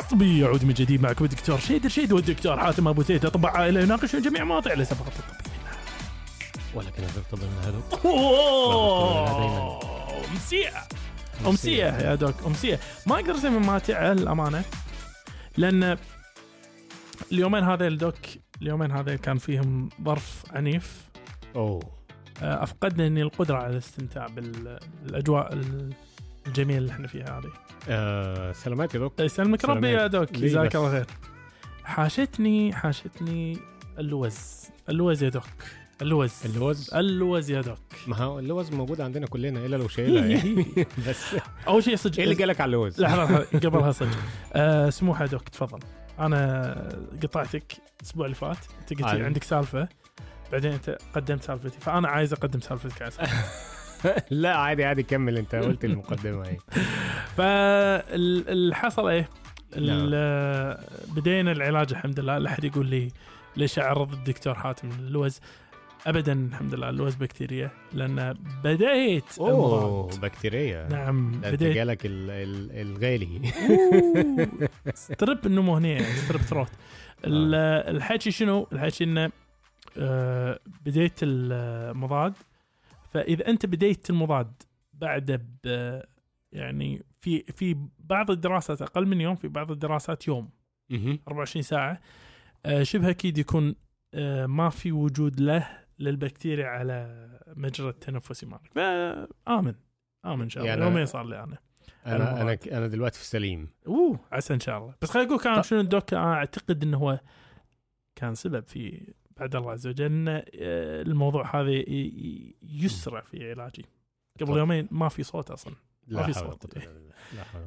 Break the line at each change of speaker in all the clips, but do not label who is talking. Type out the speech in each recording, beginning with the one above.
الطبي يعود من جديد معكم الدكتور شيد الشيد والدكتور حاتم ابو زيد اطباء عائله يناقشون جميع مواضيع ليس فقط الطبي
ولكن هذا افضل من هذا
اوه امسيه امسيه يا دوك امسيه ما اقدر اسمي ماتعه للامانه لان اليومين هذا الدوك اليومين هذا كان فيهم ظرف عنيف
اوه
آه، افقدني القدره على الاستمتاع بال- بالاجواء ال- الجميله اللي احنا فيها هذه
آه، سلامات يا دوك
يسلمك
سلامات.
ربي يا دوك
ليه
جزاك
بس؟
الله خير حاشتني حاشتني اللوز اللوز يا دوك اللوز
اللوز
اللوز يا دوك
ما هو اللوز موجود عندنا كلنا الا لو شايلها يعني بس
اول شيء
ايه اللي
صدق
جالك على اللوز؟
لحظه لحظة، قبلها صدق آه، سموحه يا دوك تفضل انا قطعتك الاسبوع اللي فات انت قلت لي
عادي.
عندك سالفه بعدين انت قدمت سالفتي فانا عايز اقدم سالفتك على سالفتي.
لا عادي عادي كمل انت قلت المقدمه اهي
فاللي حصل ايه؟
نعم.
ال- بدينا العلاج الحمد لله لا احد يقول لي ليش اعرض الدكتور حاتم للوز ابدا الحمد لله اللوز بكتيريا لان بديت
اوه
المضاد.
بكتيريا
نعم
ده انت
بديت
جالك ال- ال- الغالي
أوه. سترب النمو هنا يعني سترب ثروت ال- الحكي شنو؟ الحكي انه آه، بديت المضاد فاذا انت بديت المضاد بعده ب يعني في في بعض الدراسات اقل من يوم في بعض الدراسات يوم 24 ساعه آه، شبه اكيد يكون آه، ما في وجود له للبكتيريا على مجرى التنفسي مالك فامن امن ان شاء الله
يعني-
يومين صار لي انا
انا انا انا دلوقتي في السليم
اوه عسى ان شاء الله بس خليني اقول كان
طب.
شنو الدوك انا اعتقد انه هو كان سبب في بعد الله عز وجل ان آه، الموضوع هذا ي- ي- يسرع في علاجي قبل
طب.
يومين ما في صوت اصلا
لا
في
حول ولا
صوت.
قوة إلا بالله. لا حول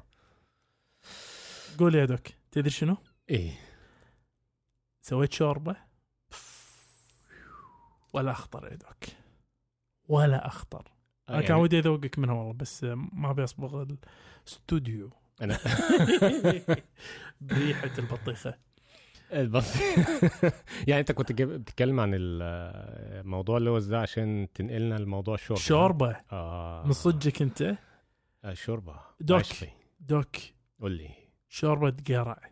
قول يا دوك تدري شنو؟
ايه
سويت شوربه ولا اخطر يا دوك ولا اخطر انا
يعني
كان ودي اذوقك منها والله بس آه، ما ابي اصبغ الاستوديو
أنا- آه، يعني.
بريحه البطيخه
البص يعني انت كنت جايب- بتتكلم عن ال- موضوع اللوز ده عشان تنقلنا لموضوع الشوربه
شوربه
اه
من صدقك انت
الشوربه
دوك.
عشقي.
دوك
قول لي
شوربه قرع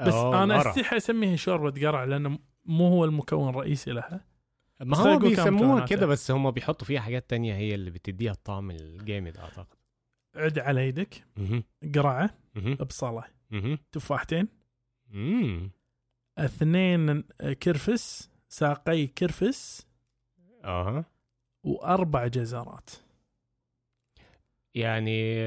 بس
آه،
انا
مرة.
استحي اسميها شوربه قرع لانه مو هو المكون الرئيسي لها
ما
خلينا
هو
نقول كم
بيسموها
مكونات
كده
يعني.
بس هم بيحطوا فيها حاجات تانية هي اللي بتديها الطعم الجامد اعتقد
عد على يدك
مهم.
قرعه
مهم.
بصله
مهم.
تفاحتين
مم.
اثنين كرفس ساقي كرفس
اها
واربع جزرات
يعني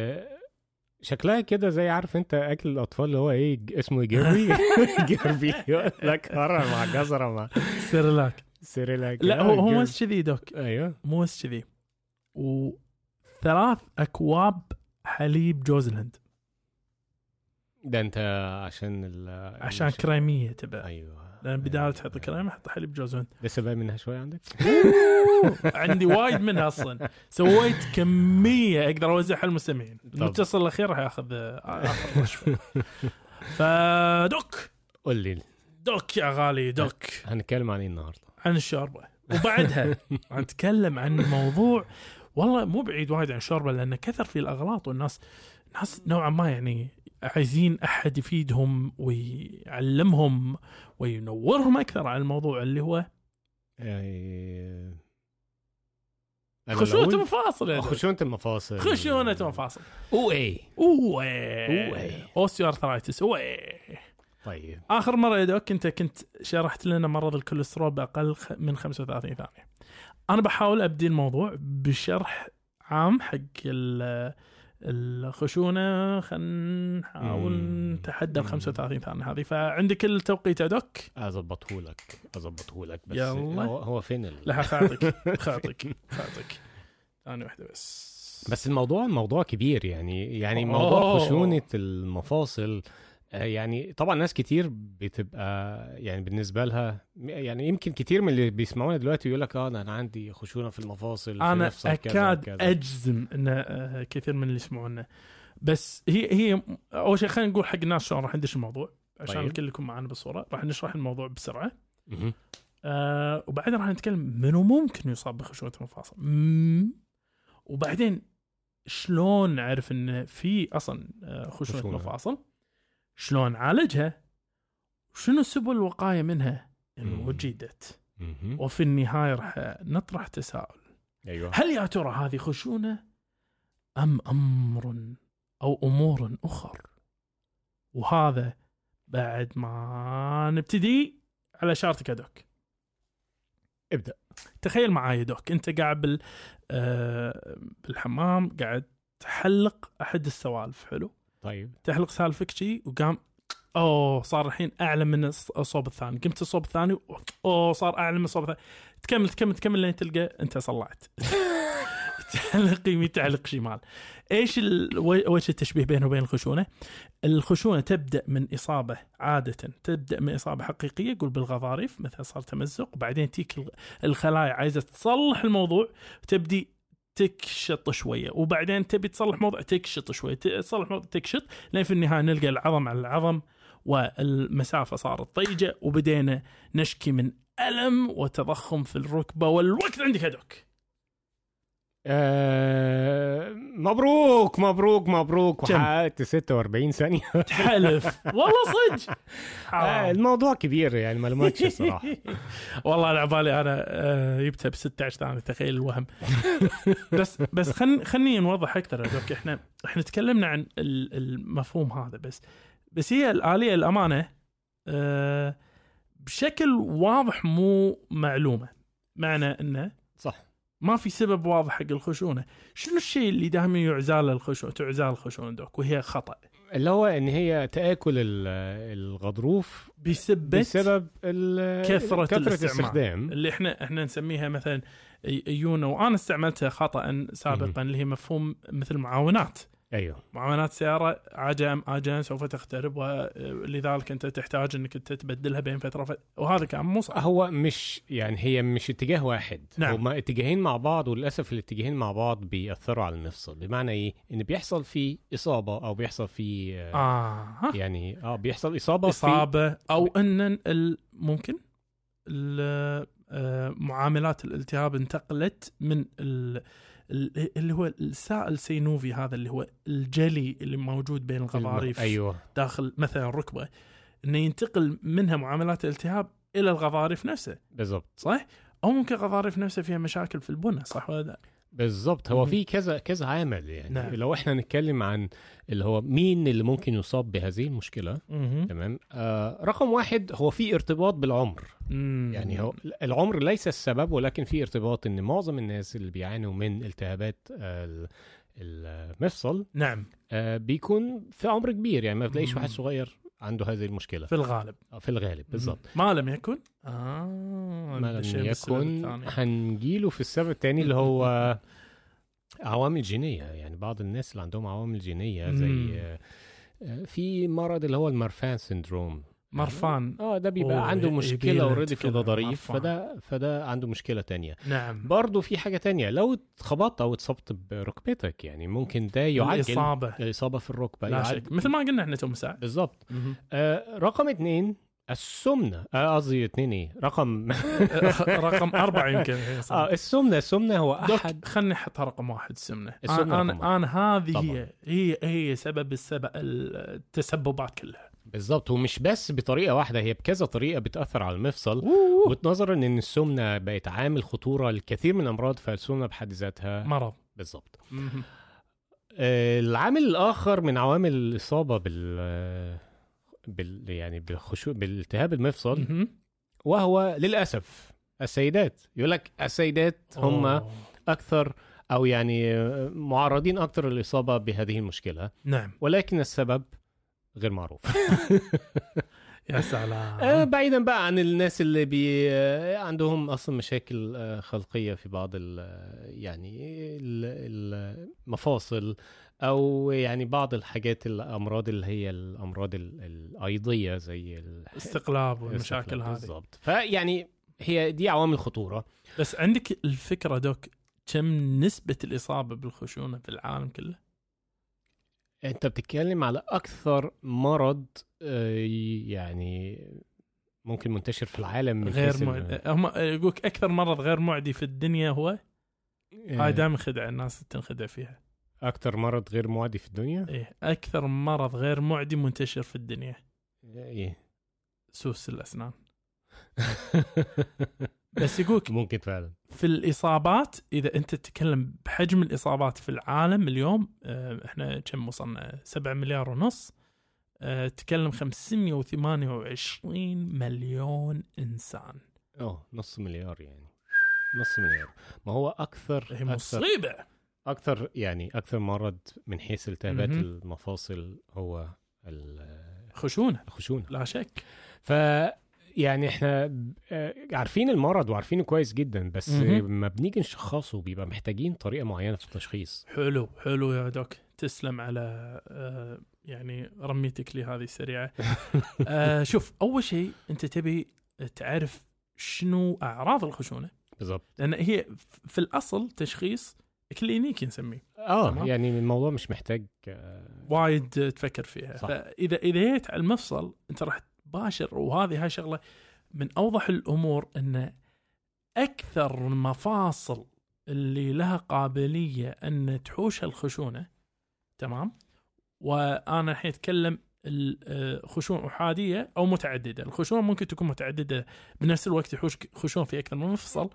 شكلها كده زي عارف انت اكل الاطفال اللي هو ايه ج- اسمه إيه؟ جيربي جيربي يقول لك هرة مع جزره مع
سيرلاك
سيريلاك
لا هو هو مش كذي دوك
ايوه
مو بس كذي وثلاث اكواب حليب جوز الهند
ده انت عشان ال
عشان كريميه تبع
ايوه
لان بدال
أيوة.
تحط كريمه حط حليب جوز الهند
لسه باقي منها شويه عندك؟
عندي وايد منها اصلا سويت كميه اقدر اوزعها على المستمعين المتصل الاخير راح ياخذ آخر رشوة. فدوك
قول لي
دوك يا غالي دوك
هنتكلم عن ايه النهارده؟
عن الشوربه وبعدها نتكلم عن موضوع والله مو بعيد وايد عن الشوربه لان كثر في الاغلاط والناس ناس نوعا ما يعني عايزين احد يفيدهم ويعلمهم وينورهم اكثر على الموضوع اللي هو
يعني- أنا
خشونه
الأول؟
المفاصل يا دوك.
خشونة المفاصل إيه.
خشونه المفاصل
او اي
اوه
أوه.
اوستيو ارثرايتس اوه
طيب
اخر مره يا دوك انت كنت شرحت لنا مرض الكوليسترول باقل خ- من 35 ثانيه انا بحاول ابدي الموضوع بشرح عام حق ال- الخشونه خلينا نحاول
مم.
نتحدى ال
مم.
35 ثانيه هذه فعندك التوقيت يا دوك
اظبطه لك اظبطه لك بس
يلا.
هو, هو فين ال...
لا خاطك خاطك خاطك ثانيه واحده بس
بس الموضوع موضوع كبير يعني يعني
أوه.
موضوع خشونة المفاصل آه، يعني طبعا ناس كتير بتبقى يعني بالنسبة لها يعني يمكن كتير من اللي بيسمعونا دلوقتي يقول لك اه أنا- انا عندي خشونة في المفاصل في
انا
مفصل كذا
اكاد
وكذا.
اجزم ان آه، كثير من اللي يسمعونا بس هي هي اول شيء خلينا نقول حق الناس شلون راح ندش الموضوع عشان
طيب.
الكل يكون معنا بالصوره راح نشرح الموضوع بسرعه
مهم.
آه وبعدين راح نتكلم منو ممكن يصاب بخشونه المفاصل مم. وبعدين شلون نعرف ان في اصلا آه، خشونه
خشونة.
مفاصل شلون عالجها شنو سبل الوقايه منها ان
مم.
وجدت
مهم.
وفي النهايه راح نطرح تساؤل
ايوه
هل يا ترى هذه خشونه ام امر او امور اخر وهذا بعد ما نبتدي على شارتك يا دوك
ابدا
تخيل معاي يا دوك انت قاعد بال آه، بالحمام قاعد تحلق احد السوالف حلو
طيب
تحلق سالفك شي وقام اوه صار الحين اعلى من الص- الصوب الثاني قمت الصوب الثاني و- اوه صار اعلى من الصوب الثاني تكمل تكمل تكمل لين تلقى انت صلعت تعلق يمين تعلق شمال ايش ال... و- وش التشبيه بينه وبين الخشونه الخشونه تبدا من اصابه عاده تبدا من اصابه حقيقيه قول بالغضاريف مثلا صار تمزق وبعدين تيك ال- الخلايا عايزه تصلح الموضوع تبدي تكشط شويه وبعدين تبي تصلح موضوع تكشط شويه ت- تصلح موضوع تكشط لين في النهايه نلقى العظم على العظم والمسافه صارت ضيجه وبدينا نشكي من الم وتضخم في الركبه والوقت عندك يا دوك
آه مبروك مبروك مبروك
كم؟
وحققت 46 ثانيه
تحلف والله صدق
آه
حرام.
الموضوع كبير يعني معلوماتش الصراحه
والله على بالي انا آه، جبتها ب 16 ثانيه تخيل الوهم بس بس خلني خلني نوضح اكثر يا دوك احنا احنا تكلمنا عن ال- المفهوم هذا بس بس هي الاليه الامانه آه، بشكل واضح مو معلومه معنى انه
صح
ما في سبب واضح حق الخشونه شنو الشيء اللي دائما يعزال الخشونه تعزال الخشونه دوك وهي خطا
اللي هو ان هي تاكل ال- الغضروف
بسبه
بسبب ال-
كثرة
كثره
الاستعمال.
الاستخدام
اللي احنا احنا نسميها مثلا يونا وانا استعملتها خطا سابقا اللي هي مفهوم مثل معاونات
ايوه
معاونات سياره عاجه ام اجا سوف تخترب ولذلك انت تحتاج انك انت تبدلها بين فتره وفترة وهذا كان مو صح
هو مش يعني هي مش اتجاه واحد
نعم.
هما اتجاهين مع بعض وللاسف الاتجاهين مع بعض بيأثروا على المفصل بمعنى ايه ان بيحصل فيه اصابه او بيحصل فيه آه.
اه
يعني اه بيحصل اصابه في
اصابه او ان ال- ممكن ال- آه، معاملات الالتهاب انتقلت من ال- ال- اللي هو السائل السينوفي هذا اللي هو الجلي اللي موجود بين
الم-
الغضاريف
ايوه
داخل مثلا ركبه انه ينتقل منها معاملات الالتهاب الى الغضاريف نفسها
بالظبط
صح؟ او ممكن الغضاريف نفسها فيها مشاكل في البنى صح ولا لا؟
بالظبط هو
مم.
في كذا كذا عامل يعني
نعم.
لو احنا نتكلم عن اللي هو مين اللي ممكن يصاب بهذه المشكله تمام آه رقم واحد هو في ارتباط بالعمر
مم.
يعني هو العمر ليس السبب ولكن في ارتباط ان معظم الناس اللي بيعانوا من التهابات آه، ال- المفصل
نعم
آه، بيكون في عمر كبير يعني ما بتلاقيش
مم.
واحد صغير عنده هذه المشكله
في الغالب
آه، في الغالب بالظبط
ما لم يكن اه
ما
شيء
لم
بالسبب
يكن
الثاني.
هنجيله في السبب الثاني اللي هو عوامل جينيه يعني بعض الناس اللي عندهم عوامل جينيه
مم.
زي آه، آه، في مرض اللي هو المرفان سندروم
مرفان
اه ده بيبقى
أوه،
عنده
ي-
مشكله
يبيلك
اوريدي في
كده،
الغضاريف
مرفان.
فده فده عنده مشكله تانية
نعم
برضه في حاجه تانية لو اتخبطت او اتصبت بركبتك يعني ممكن ده يعجل
الاصابه
الاصابه في الركبه
لا
يعجل-
شك مثل ما قلنا احنا تو مساعد
بالظبط آه رقم اتنين السمنه آه، قصدي اتنين ايه رقم
رقم اربعه يمكن
اه السمنه السمنه هو احد
دوك خلني احطها رقم واحد السمنه انا
السمنة رقم واحد.
انا, أنا هذه
طبعاً.
هي هي هي سبب السبب التسببات كلها
بالظبط ومش بس بطريقه واحده هي بكذا طريقه بتاثر على المفصل وتنظرا ان السمنه بقت عامل خطوره لكثير من الامراض فالسمنه بحد ذاتها
مرض
بالظبط
مهم.
آه، العامل الاخر من عوامل الاصابه بال آه، بال يعني بالخشوع بالالتهاب المفصل
مهم.
وهو للاسف السيدات يقول لك السيدات هم
أوه.
اكثر او يعني آه، معرضين اكثر للاصابه بهذه المشكله
نعم
ولكن السبب غير معروف
يا
آه،
سلام
بعيدا بقى عن الناس اللي بي آه، عندهم اصلا مشاكل آه، خلقيه في بعض ال آه، يعني ال- المفاصل او يعني بعض الحاجات الامراض اللي هي الامراض ال- الايضيه زي ال-
استقلاب والمشاكل
الاستقلاب
هذه
بالظبط فيعني هي دي عوامل خطوره
بس عندك الفكره دوك كم نسبه الاصابه بالخشونه في العالم كله؟
انت بتتكلم على اكثر مرض آه، يعني ممكن منتشر في العالم من حيث
غير
ال-
معدي هم يقولك اكثر مرض غير معدي في الدنيا هو
آه،
هاي دائما خدعه الناس تنخدع فيها
اكثر مرض غير معدي في الدنيا
إيه اكثر مرض غير معدي منتشر في الدنيا
ايه
إيه. سوس الاسنان بس يقولك
ممكن فعلا
في الاصابات اذا انت تتكلم بحجم الاصابات في العالم اليوم آه، احنا كم وصلنا 7 مليار ونص آه، تتكلم 528 مليون انسان
اه نص مليار يعني نص مليار ما هو اكثر
هي
اكثر
مصيبه
اكثر يعني اكثر مرض من حيث التهابات
مهم.
المفاصل هو ال-
خشونه
الخشونه
لا شك
ف يعني احنا ب- آه، عارفين المرض وعارفينه كويس جدا بس
مهم.
لما بنيجي نشخصه بيبقى محتاجين طريقه معينه في التشخيص
حلو حلو يا دوك تسلم على آه، يعني رميتك لي هذه السريعه آه، شوف اول شيء انت تبي تعرف شنو اعراض الخشونه
بالظبط
لان هي ف- في الاصل تشخيص كلينيكي نسميه
اه
تمام.
يعني الموضوع مش محتاج آه،
وايد تفكر فيها
صح.
فاذا اذا جيت على المفصل انت راح تباشر وهذه هاي شغله من اوضح الامور ان اكثر المفاصل اللي لها قابليه ان تحوش الخشونه تمام وانا الحين اتكلم ال- آه، خشون احاديه او متعدده، الخشونه ممكن تكون متعدده بنفس الوقت يحوش خشون في اكثر من مفصل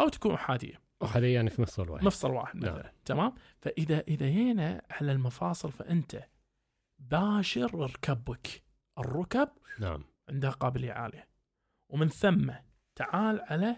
او تكون احاديه.
حاليا يعني في مفصل واحد
مفصل واحد مثلا
نعم.
تمام فاذا اذا جينا على المفاصل فانت باشر ركبك الركب
نعم
عندها قابليه عاليه ومن ثم تعال على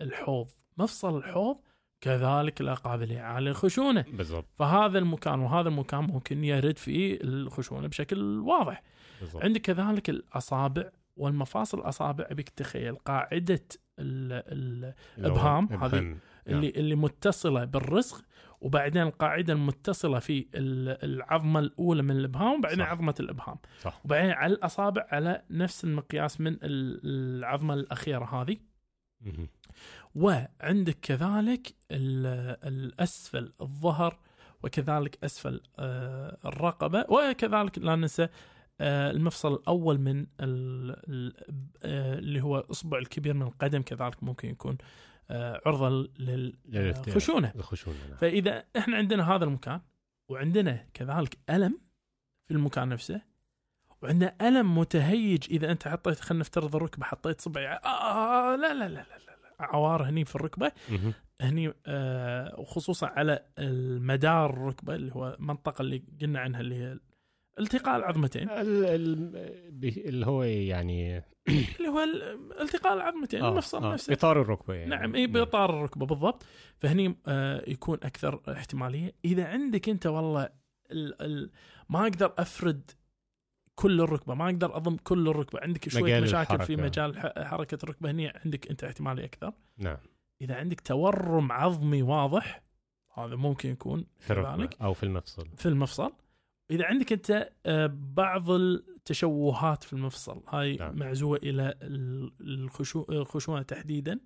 الحوض مفصل الحوض كذلك لا قابليه عاليه للخشونه
بالظبط
فهذا المكان وهذا المكان ممكن يرد فيه الخشونه بشكل واضح
بالظبط
عندك كذلك الاصابع والمفاصل الاصابع ابيك تخيل قاعده ال ال
لو-
إبهام، هذه-
إبهام. نعم.
اللي اللي متصله بالرزق وبعدين القاعده المتصله في ال- العظمه الاولى من الابهام وبعدين
صح.
عظمه الابهام
صح
وبعدين على الاصابع على نفس المقياس من ال- العظمه الاخيره هذه
مهم.
وعندك كذلك ال- الاسفل الظهر وكذلك اسفل آه، الرقبه وكذلك لا ننسى آه، المفصل الاول من ال- ال- آه، اللي هو الاصبع الكبير من القدم كذلك ممكن يكون آه، عرضه آه،
للارتياح.
للخشونه
الخشونه نعم.
فاذا احنا عندنا هذا المكان وعندنا كذلك الم في المكان نفسه وعندنا الم متهيج اذا انت حطيت خلينا نفترض الركبه حطيت صبعي آه، آه آه، لا لا لا لا, لا, لا. عوار هني في الركبه
مهم.
هني آه وخصوصا على المدار الركبه اللي هو المنطقه اللي قلنا عنها اللي هي التقاء العظمتين
ال- ال- بي- اللي هو يعني
اللي هو ال- التقاء العظمتين
آه،
المفصل
آه،
نفسه
اطار الركبه يعني
نعم اي باطار الركبه بالضبط فهني آه يكون اكثر احتماليه اذا عندك انت والله ال ال ما اقدر افرد كل الركبه ما اقدر اضم كل الركبه عندك شويه
مجال
مشاكل في
الحركة.
مجال ح- حركه الركبه هني عندك انت احتماليه اكثر
نعم
اذا عندك تورم عظمي واضح هذا ممكن يكون
في الركبه
كذلك.
او في المفصل
في المفصل اذا عندك انت آه، بعض التشوهات في المفصل هاي
نعم.
معزوه الى ال- الخشو- الخشونه تحديدا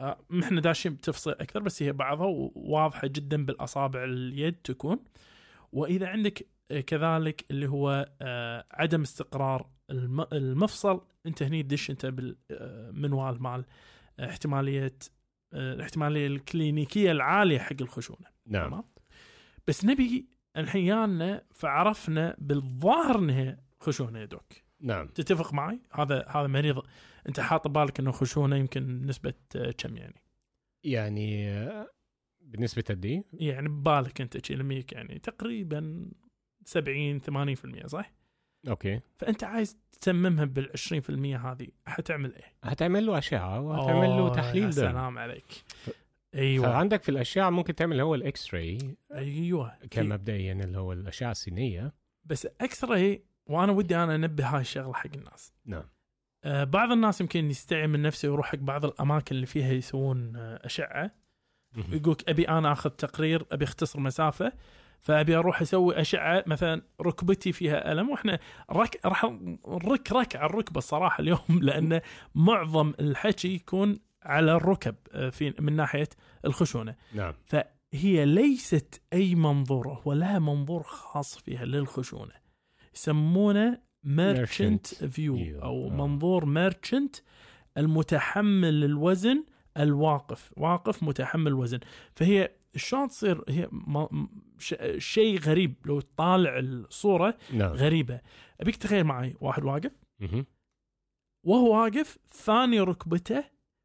آه، احنا داشين بتفصيل اكثر بس هي بعضها واضحه جدا بالاصابع اليد تكون واذا عندك آه، كذلك اللي هو آه، عدم استقرار الم- المفصل انت هني تدش انت بالمنوال مال احتماليه آه، الاحتماليه الكلينيكيه العاليه حق الخشونه
نعم
تمام بس نبي الحين جانا فعرفنا بالظاهر انها خشونه يا دوك
نعم
تتفق معي هذا هذا مريض انت حاط بالك انه خشونه يمكن نسبه آه، كم يعني
يعني آه، بالنسبه قد ايه؟
يعني ببالك انت شي لميك يعني تقريبا 70 80% صح
اوكي
فانت عايز تسممها بال 20% هذه حتعمل ايه
هتعمل له اشعه وهتعمل له
أوه، آه، يا
تحليل دم
سلام عليك ايوه
فعندك في الاشعه ممكن تعمل اللي هو الاكس راي
ايوه
كمبدئيا اللي هو الاشعه السينيه
بس اكثر هي وانا ودي انا انبه هاي الشغله حق الناس
نعم
آه، بعض الناس يمكن يستعي من نفسه ويروح حق بعض الاماكن اللي فيها يسوون آه، اشعه
مهم.
يقولك ابي انا اخذ تقرير ابي اختصر مسافه فابي اروح اسوي اشعه مثلا ركبتي فيها الم واحنا رك راح نرك رك على الركبه الصراحه اليوم لان معظم الحكي يكون على الركب آه، في من ناحيه الخشونه
نعم
هي ليست اي منظور هو لها منظور خاص فيها للخشونه يسمونه
Merchant
ميرشنت فيو
view.
او
آه.
منظور ميرشنت المتحمل للوزن الواقف واقف متحمل وزن فهي شلون تصير هي ما- ش- شيء غريب لو تطالع الصوره
نعم
غريبه ابيك تخيل معي واحد واقف
مهم.
وهو واقف ثاني ركبته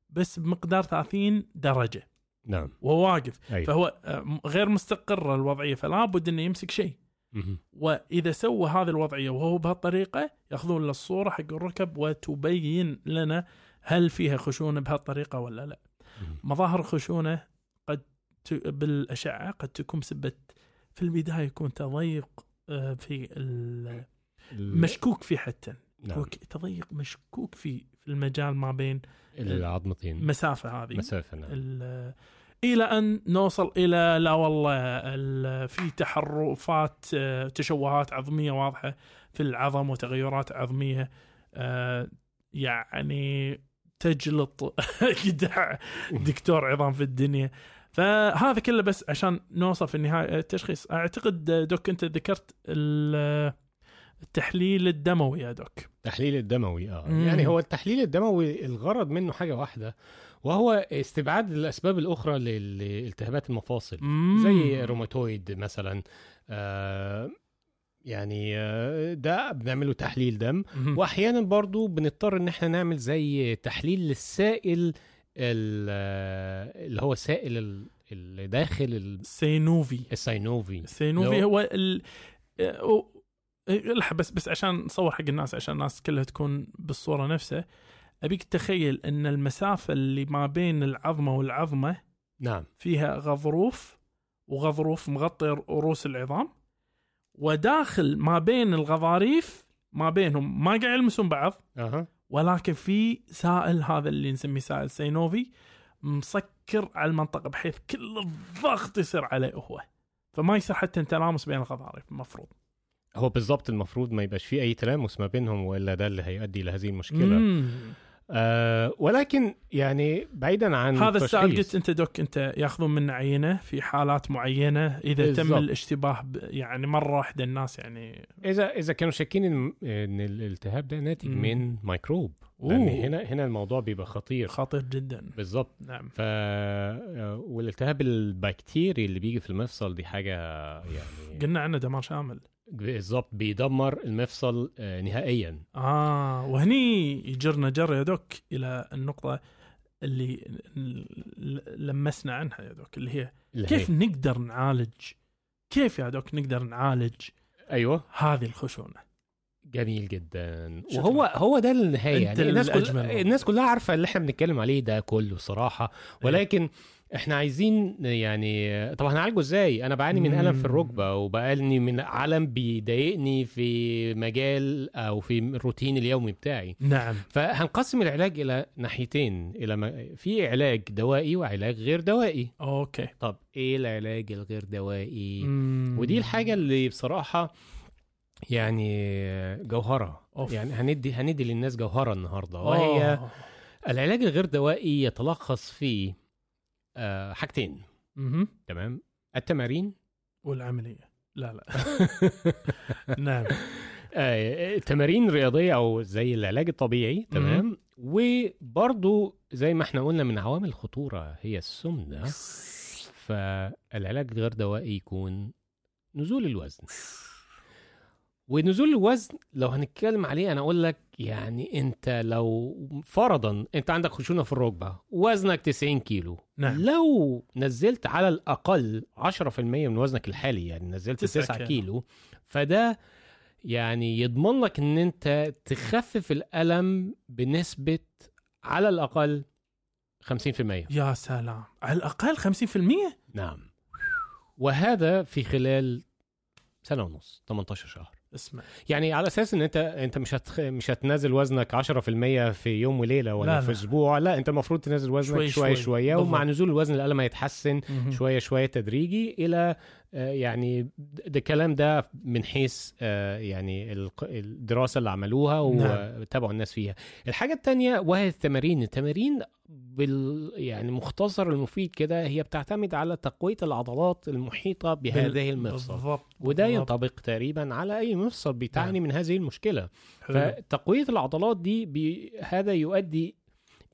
بس بمقدار 30 درجه
نعم
وهو واقف
ايوه
فهو آه، غير مستقر الوضعيه فلا بد انه يمسك شيء
مهم.
واذا سوى هذه الوضعيه وهو بهالطريقه ياخذون له الصوره حق الركب وتبين لنا هل فيها خشونه بهالطريقه ولا لا.
مهم.
مظاهر الخشونه قد ت... بالاشعه قد تكون بسبه في البدايه يكون تضيق آه، في ال- مشكوك فيه حتى
نعم.
وك- تضيق مشكوك في في المجال ما بين
العظمتين
المسافه هذه
مسافه نعم
ال- الى ان نوصل الى لا والله ال- في تحرفات آه، تشوهات عظميه واضحه في العظم وتغيرات عظميه آه، يعني تجلط جدع دكتور عظام في الدنيا فهذا كله بس عشان نوصل في النهايه التشخيص اعتقد آه، دوك انت ذكرت ال- آه، التحليل الدموي يا دوك
التحليل الدموي اه
مم.
يعني هو التحليل الدموي الغرض منه حاجه واحده وهو استبعاد الاسباب الاخرى لل- لالتهابات المفاصل
مم.
زي روماتويد مثلا آه يعني آه، ده بنعمله تحليل دم
مم.
واحيانا برضو بنضطر ان احنا نعمل زي تحليل للسائل ال- آه، اللي هو سائل ال- اللي داخل ال-
سينوفي
السينوفي
سينوفي
لو-
هو ال آه، أو- آه، لحظة بس بس عشان نصور حق الناس عشان الناس كلها تكون بالصوره نفسها ابيك تتخيل ان المسافه اللي ما بين العظمه والعظمه
نعم
فيها غضروف وغضروف مغطي رؤوس العظام وداخل ما بين الغضاريف ما بينهم ما قاعد يلمسون بعض
اها
ولكن في سائل هذا اللي نسميه سائل سينوفي مسكر على المنطقه بحيث كل الضغط يصير عليه هو فما يصير حتى تلامس بين الغضاريف المفروض
هو بالظبط المفروض ما يبقاش فيه اي تلامس ما بينهم والا ده اللي هيؤدي الى هذه المشكله
مم.
آه ولكن يعني بعيدا عن
هذا السائل قلت
التشخيص،
انت دوك انت ياخذون منا عينه في حالات معينه اذا تم
بالضبط.
الاشتباه ب- يعني مره واحده الناس يعني
اذا اذا كانوا شاكين ان إن الالتهاب ده ناتج
مم.
من ميكروب
أوه.
لان هنا هنا الموضوع بيبقى خطير
خطير جدا
بالظبط
نعم
ف آه، والالتهاب البكتيري اللي بيجي في المفصل دي حاجه يعني
قلنا عنه دمار شامل
بالظبط بيدمر المفصل آه، نهائيا
اه وهني يجرنا جر يا دوك الى النقطه اللي ل- لمسنا عنها يا دوك اللي هي
اللي
كيف
هي-
نقدر نعالج كيف يا دوك نقدر نعالج
ايوه
هذه الخشونه
جميل جدا
شكراً.
وهو هو ده النهايه
أنت
يعني الناس
الأجمل
كلها
والله.
الناس كلها عارفه اللي احنا بنتكلم عليه ده كله صراحه
أيوه.
ولكن احنا عايزين يعني طب هنعالجه ازاي انا بعاني من الم في
مم.
الركبه وبقالني من الم بيضايقني في مجال او في الروتين اليومي بتاعي
نعم
فهنقسم العلاج الى ناحيتين الى ما في علاج دوائي وعلاج غير دوائي
اوكي
طب ايه العلاج الغير دوائي
مم.
إيه. ودي الحاجة اللي بصراحة يعني جوهرة
أوف. آه.
أوف. يعني هندي هندي للناس جوهرة النهاردة وهي
أوه.
العلاج الغير دوائي يتلخص في آه، حاجتين
مهم.
تمام التمارين
والعمليه لا لا نعم
آه، تمارين رياضية أو زي العلاج الطبيعي تمام وبرضو زي ما احنا قلنا من عوامل الخطورة هي السمنة فالعلاج الغير دوائي يكون نزول الوزن ونزول الوزن لو هنتكلم عليه انا اقول لك يعني انت لو فرضا انت عندك خشونه في الركبه وزنك 90 كيلو
نعم
لو نزلت على الاقل 10% من وزنك الحالي يعني نزلت
تسعة
9
كيلو.
كيلو فده يعني يضمن لك ان انت تخفف الالم بنسبه على الاقل 50%
يا سلام على الاقل 50%
نعم وهذا في خلال سنه ونص 18 شهر
اسمع
يعني على اساس ان انت انت مش هتخ... مش هتنازل وزنك 10% في يوم وليله ولا
لا،
لا في
لا.
اسبوع لا انت المفروض تنزل وزنك
شوي-
شويه شويه,
شوي.
شوية ومع
بالضبط.
نزول الوزن الالم هيتحسن
مهم.
شويه شويه تدريجي الى آه، يعني د- ده الكلام ده من حيث آه، يعني الق- الدراسه اللي عملوها
نعم.
وتابعوا الناس فيها الحاجه الثانيه وهي التمارين التمارين بال يعني مختصر المفيد كده هي بتعتمد على تقويه العضلات المحيطه بهذه المفصل
بالضبط
وده
بالضبط. نعم.
ينطبق تقريبا على اي مفصل بتعاني من هذه المشكله
حلو.
فتقويه العضلات دي بي هذا يؤدي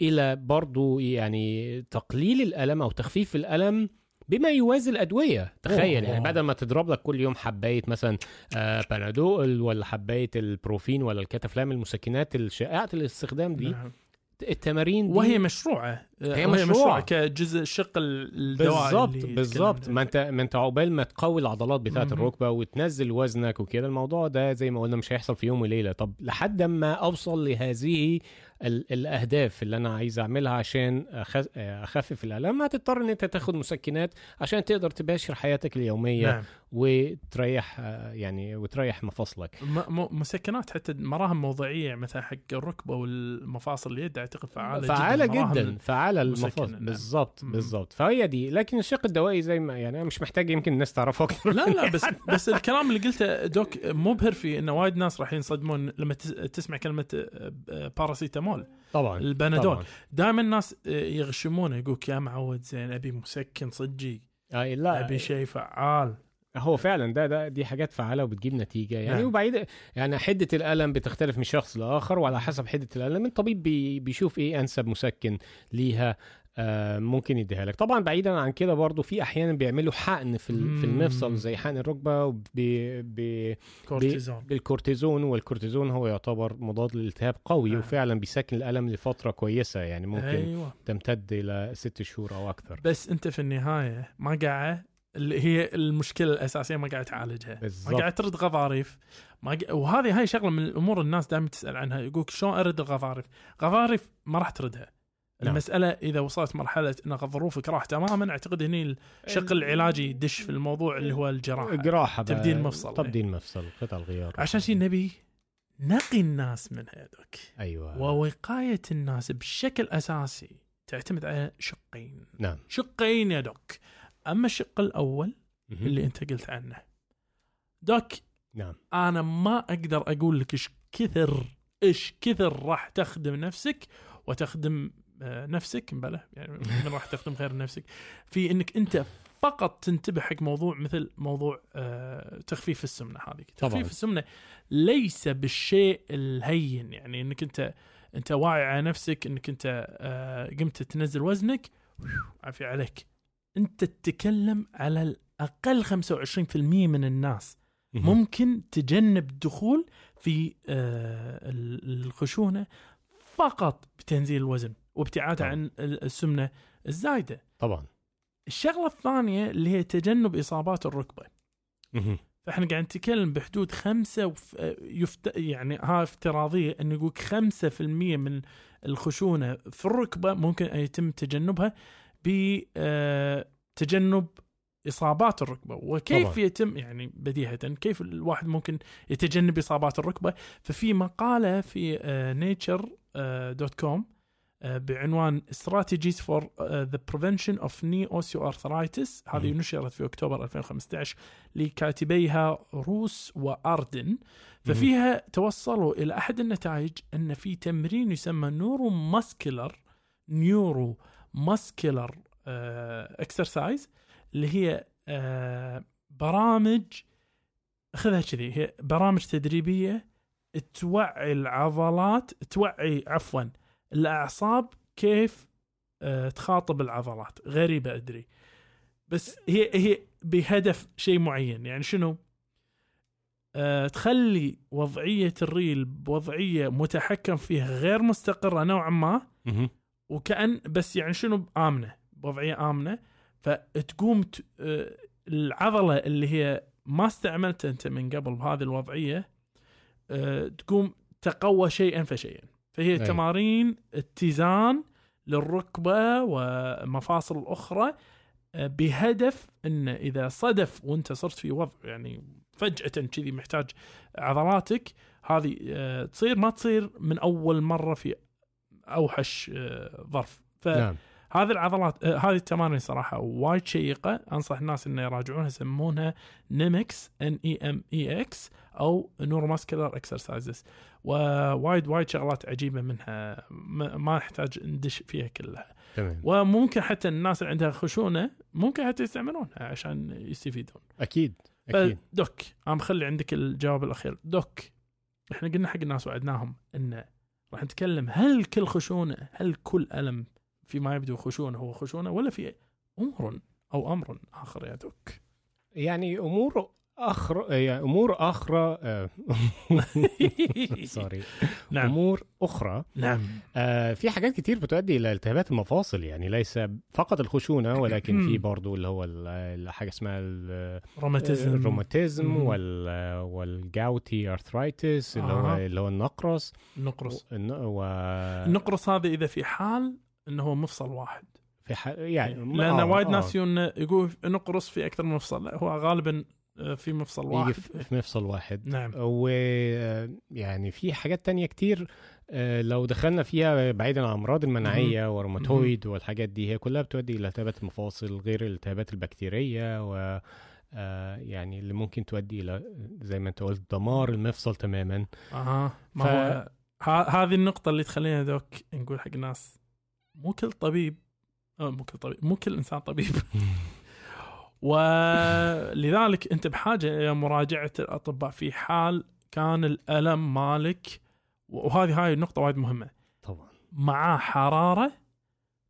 الى برضو يعني تقليل الالم او تخفيف الالم بما يوازي الادويه تخيل
أوه.
يعني بدل ما تضرب لك كل يوم حبايه مثلا آه، بنادول ولا حبايه البروفين ولا الكتافلام المسكنات الشائعه الاستخدام دي
نعم.
التمارين دي
وهي مشروعه وهي
مشروعة.
كجزء شق الدواء
بالظبط
اللي تكلمنا
بالظبط ما انت ما انت عقبال ما تقوي العضلات بتاعه
مهم.
الركبه وتنزل وزنك وكده الموضوع ده زي ما قلنا مش هيحصل في يوم وليله طب لحد ما اوصل لهذه ال- الاهداف اللي انا عايز اعملها عشان أخ- اخفف الالم هتضطر ان انت تاخد مسكنات عشان تقدر تباشر حياتك اليوميه
نعم
وتريح آه، يعني وتريح مفاصلك
م- م- مسكنات حتى مراهم موضعيه مثلا حق الركبه والمفاصل اليد اعتقد فعاله
فعالة جدا,
مراهم-
جدا فعالة المفاصل
مسكنة، نعم.
بالظبط
مم.
بالظبط فهي دي لكن الشق الدوائي زي ما يعني انا مش محتاج يمكن الناس تعرفه اكتر
لا لا بس بس الكلام اللي قلته دوك مبهر في انه وايد ناس راح ينصدمون لما تس- تسمع كلمه آه، آه، باراسيتامول
طبعا
البنادول
طبعاً.
دائما الناس آه، يغشمونه يقولك يا معود زين ابي مسكن صجي
آه، لا
ابي شيء فعال
هو فعلا ده ده دي حاجات فعاله وبتجيب نتيجه يعني
نعم.
وبعيد يعني حده الالم بتختلف من شخص لاخر وعلى حسب حده الالم الطبيب بي بيشوف ايه انسب مسكن ليها آه، ممكن يديها لك طبعا بعيدا عن كده برضو في احيانا بيعملوا حقن في ال- في
مم.
المفصل زي حقن الركبه وبي- بي-
كورتيزون
بالكورتيزون والكورتيزون هو يعتبر مضاد للالتهاب قوي
نعم.
وفعلا بيسكن الالم لفتره كويسه يعني ممكن
ايوه
تمتد الى ست شهور او اكثر
بس انت في النهايه ما قاعد اللي هي المشكله الاساسيه ما قاعد تعالجها ما
بالظبط
قاعد ترد غضاريف ما ق... وهذه هاي شغله من الامور الناس دائما تسال عنها يقولك شلون ارد الغضاريف؟ غضاريف ما راح تردها
نعم.
المساله اذا وصلت مرحله ان ظروفك راح تماما اعتقد هني الشق العلاجي يدش في الموضوع اللي هو الجراحه
جراحه بقى.
تبديل مفصل.
تبديل مفصل قطع الغيار
عشان شي نبي نقي الناس منها يا دوك
ايوه
ووقايه الناس بشكل اساسي تعتمد على شقين
نعم
شقين يا دوك اما الشق الاول
مهم.
اللي انت قلت عنه دوك
نعم
انا ما اقدر اقول لك ايش كثر ايش كثر راح تخدم نفسك وتخدم آه، نفسك بلى يعني من راح تخدم غير نفسك في انك انت فقط تنتبه حق موضوع مثل موضوع آه، تخفيف السمنه هذه
طبعاً.
تخفيف السمنه ليس بالشيء الهين يعني انك انت انت واعي على نفسك انك انت آه، قمت تنزل وزنك عافية عليك انت تتكلم على الاقل 25% من الناس
مهم.
ممكن تجنب دخول في آه، ال- الخشونه فقط بتنزيل الوزن وابتعاده
طبعا.
عن ال- السمنه الزايده.
طبعا
الشغله الثانيه اللي هي تجنب اصابات الركبه.
مهم.
فاحنا قاعد نتكلم بحدود خمسة وف... يفت... يعني ها افتراضية أن يقولك خمسة في المية من الخشونة في الركبة ممكن أن يتم تجنبها بتجنب إصابات الركبة وكيف
طبعاً.
طبعا. يتم يعني بديهة كيف الواحد ممكن يتجنب إصابات الركبة ففي مقالة في نيتشر دوت كوم آه، بعنوان Strategies for آه، the Prevention of Knee Osteoarthritis هذه
مم.
نشرت في أكتوبر 2015 لكاتبيها روس واردن ففيها توصلوا الى احد النتائج ان في تمرين يسمى نورو ماسكلر نيورو ماسكلر اكسرسايز آه، اللي هي آه، برامج خذها كذي هي برامج تدريبيه توعي العضلات توعي عفوا الاعصاب كيف آه، تخاطب العضلات غريبه ادري بس هي هي بهدف شيء معين يعني شنو آه، تخلي وضعيه الريل بوضعيه متحكم فيها غير مستقره نوعا ما
مهم.
وكان بس يعني شنو امنه بوضعيه امنه فتقوم ت... آه، العضله اللي هي ما استعملتها انت من قبل بهذه الوضعيه آه، تقوم تقوى شيئا فشيئا فهي
أي.
تمارين اتزان للركبه ومفاصل اخرى آه، بهدف ان اذا صدف وانت صرت في وضع يعني فجاه كذي محتاج عضلاتك هذه آه، تصير ما تصير من اول مره في اوحش آه، ظرف فهذه
نعم
العضلات آه، هذه التمارين صراحه وايد شيقه انصح الناس انه يراجعونها يسمونها E نيمكس ان اي ام اي اكس او نورماسكولار اكسرسايزز ووايد وايد شغلات عجيبه منها ما ما نحتاج ندش فيها كلها
تمام
وممكن حتى الناس اللي عندها خشونه ممكن حتى يستعملونها عشان يستفيدون
اكيد اكيد
فدوك انا مخلي عندك الجواب الاخير دوك احنا قلنا حق الناس وعدناهم ان راح نتكلم هل كل خشونه هل كل الم فيما يبدو خشونه هو خشونه ولا في امر او امر اخر يدك
يعني امور اخر يعني امور اخرى آه، سوري
نعم
امور اخرى
نعم
آه، في حاجات كتير بتؤدي الى التهابات المفاصل يعني ليس فقط الخشونه ولكن في برضو اللي هو ال- ال- حاجه اسمها ال- إيه،
روماتيزم
الروماتيزم
مم.
وال والجاوتي ارثرايتس اللي هو
آه.
اللي هو النقرس
نقرص
والن- و... آه.
النقرص هذا اذا في حال انه هو مفصل واحد
في ح... يعني
لان
آه،
وايد
آه.
ناس يقولون- يقول نقرص في اكثر من مفصل لا هو غالبا آه، في مفصل
يجي
واحد
في في مفصل واحد
نعم
ويعني في حاجات تانية كتير آه، لو دخلنا فيها بعيدا عن الامراض المناعيه والروماتويد والحاجات دي هي كلها بتؤدي الى التهابات المفاصل غير الالتهابات البكتيريه و آه، يعني اللي ممكن تؤدي الى زي ما انت قلت دمار المفصل تماما
اها ما
ف-
هو ه- هذه النقطة اللي تخلينا دوك نقول حق الناس مو كل طبيب آه، مو كل طبيب مو كل انسان طبيب ولذلك انت بحاجه الى مراجعه الاطباء في حال كان الالم مالك وهذه هاي النقطه وايد مهمه
طبعا
مع حراره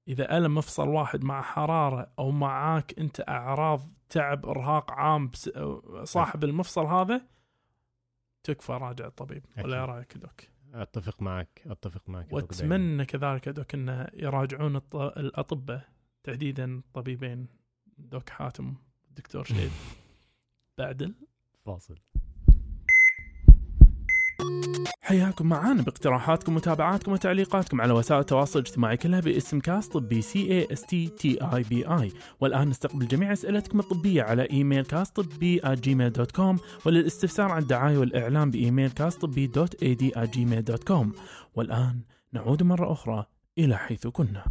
اذا الم مفصل واحد مع حراره او معاك انت اعراض تعب ارهاق عام بس- صاحب المفصل هذا تكفى راجع الطبيب ولا
أكيد.
رايك دوك
اتفق معك اتفق معك يا دكتور دايما.
واتمنى كذلك يا دوك انه يراجعون الط- الاطباء تحديدا الطبيبين دوك حاتم الدكتور شهيد بعدل
فاصل
حياكم معانا باقتراحاتكم ومتابعاتكم وتعليقاتكم على وسائل التواصل الاجتماعي كلها باسم كاست طبي سي اي اس تي تي اي بي اي والان نستقبل جميع اسئلتكم الطبيه على ايميل كاست طبي جيميل دوت كوم وللاستفسار عن الدعايه والاعلان بايميل كاست طبي دوت اي دي جيميل دوت كوم والان نعود مره اخرى الى حيث كنا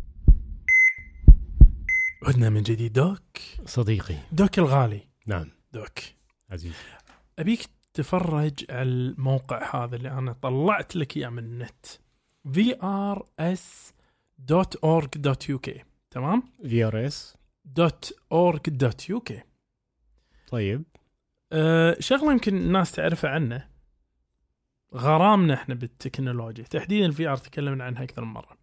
عدنا من جديد دوك
صديقي
دوك الغالي
نعم
دوك
عزيزي
ابيك تفرج على الموقع هذا اللي انا طلعت لك اياه من النت vrs.org.uk تمام؟
في ار اس
.org.uk
طيب
أه شغله يمكن الناس تعرفها عنه غرامنا احنا بالتكنولوجيا تحديدا الفي ار تكلمنا عنها اكثر من مره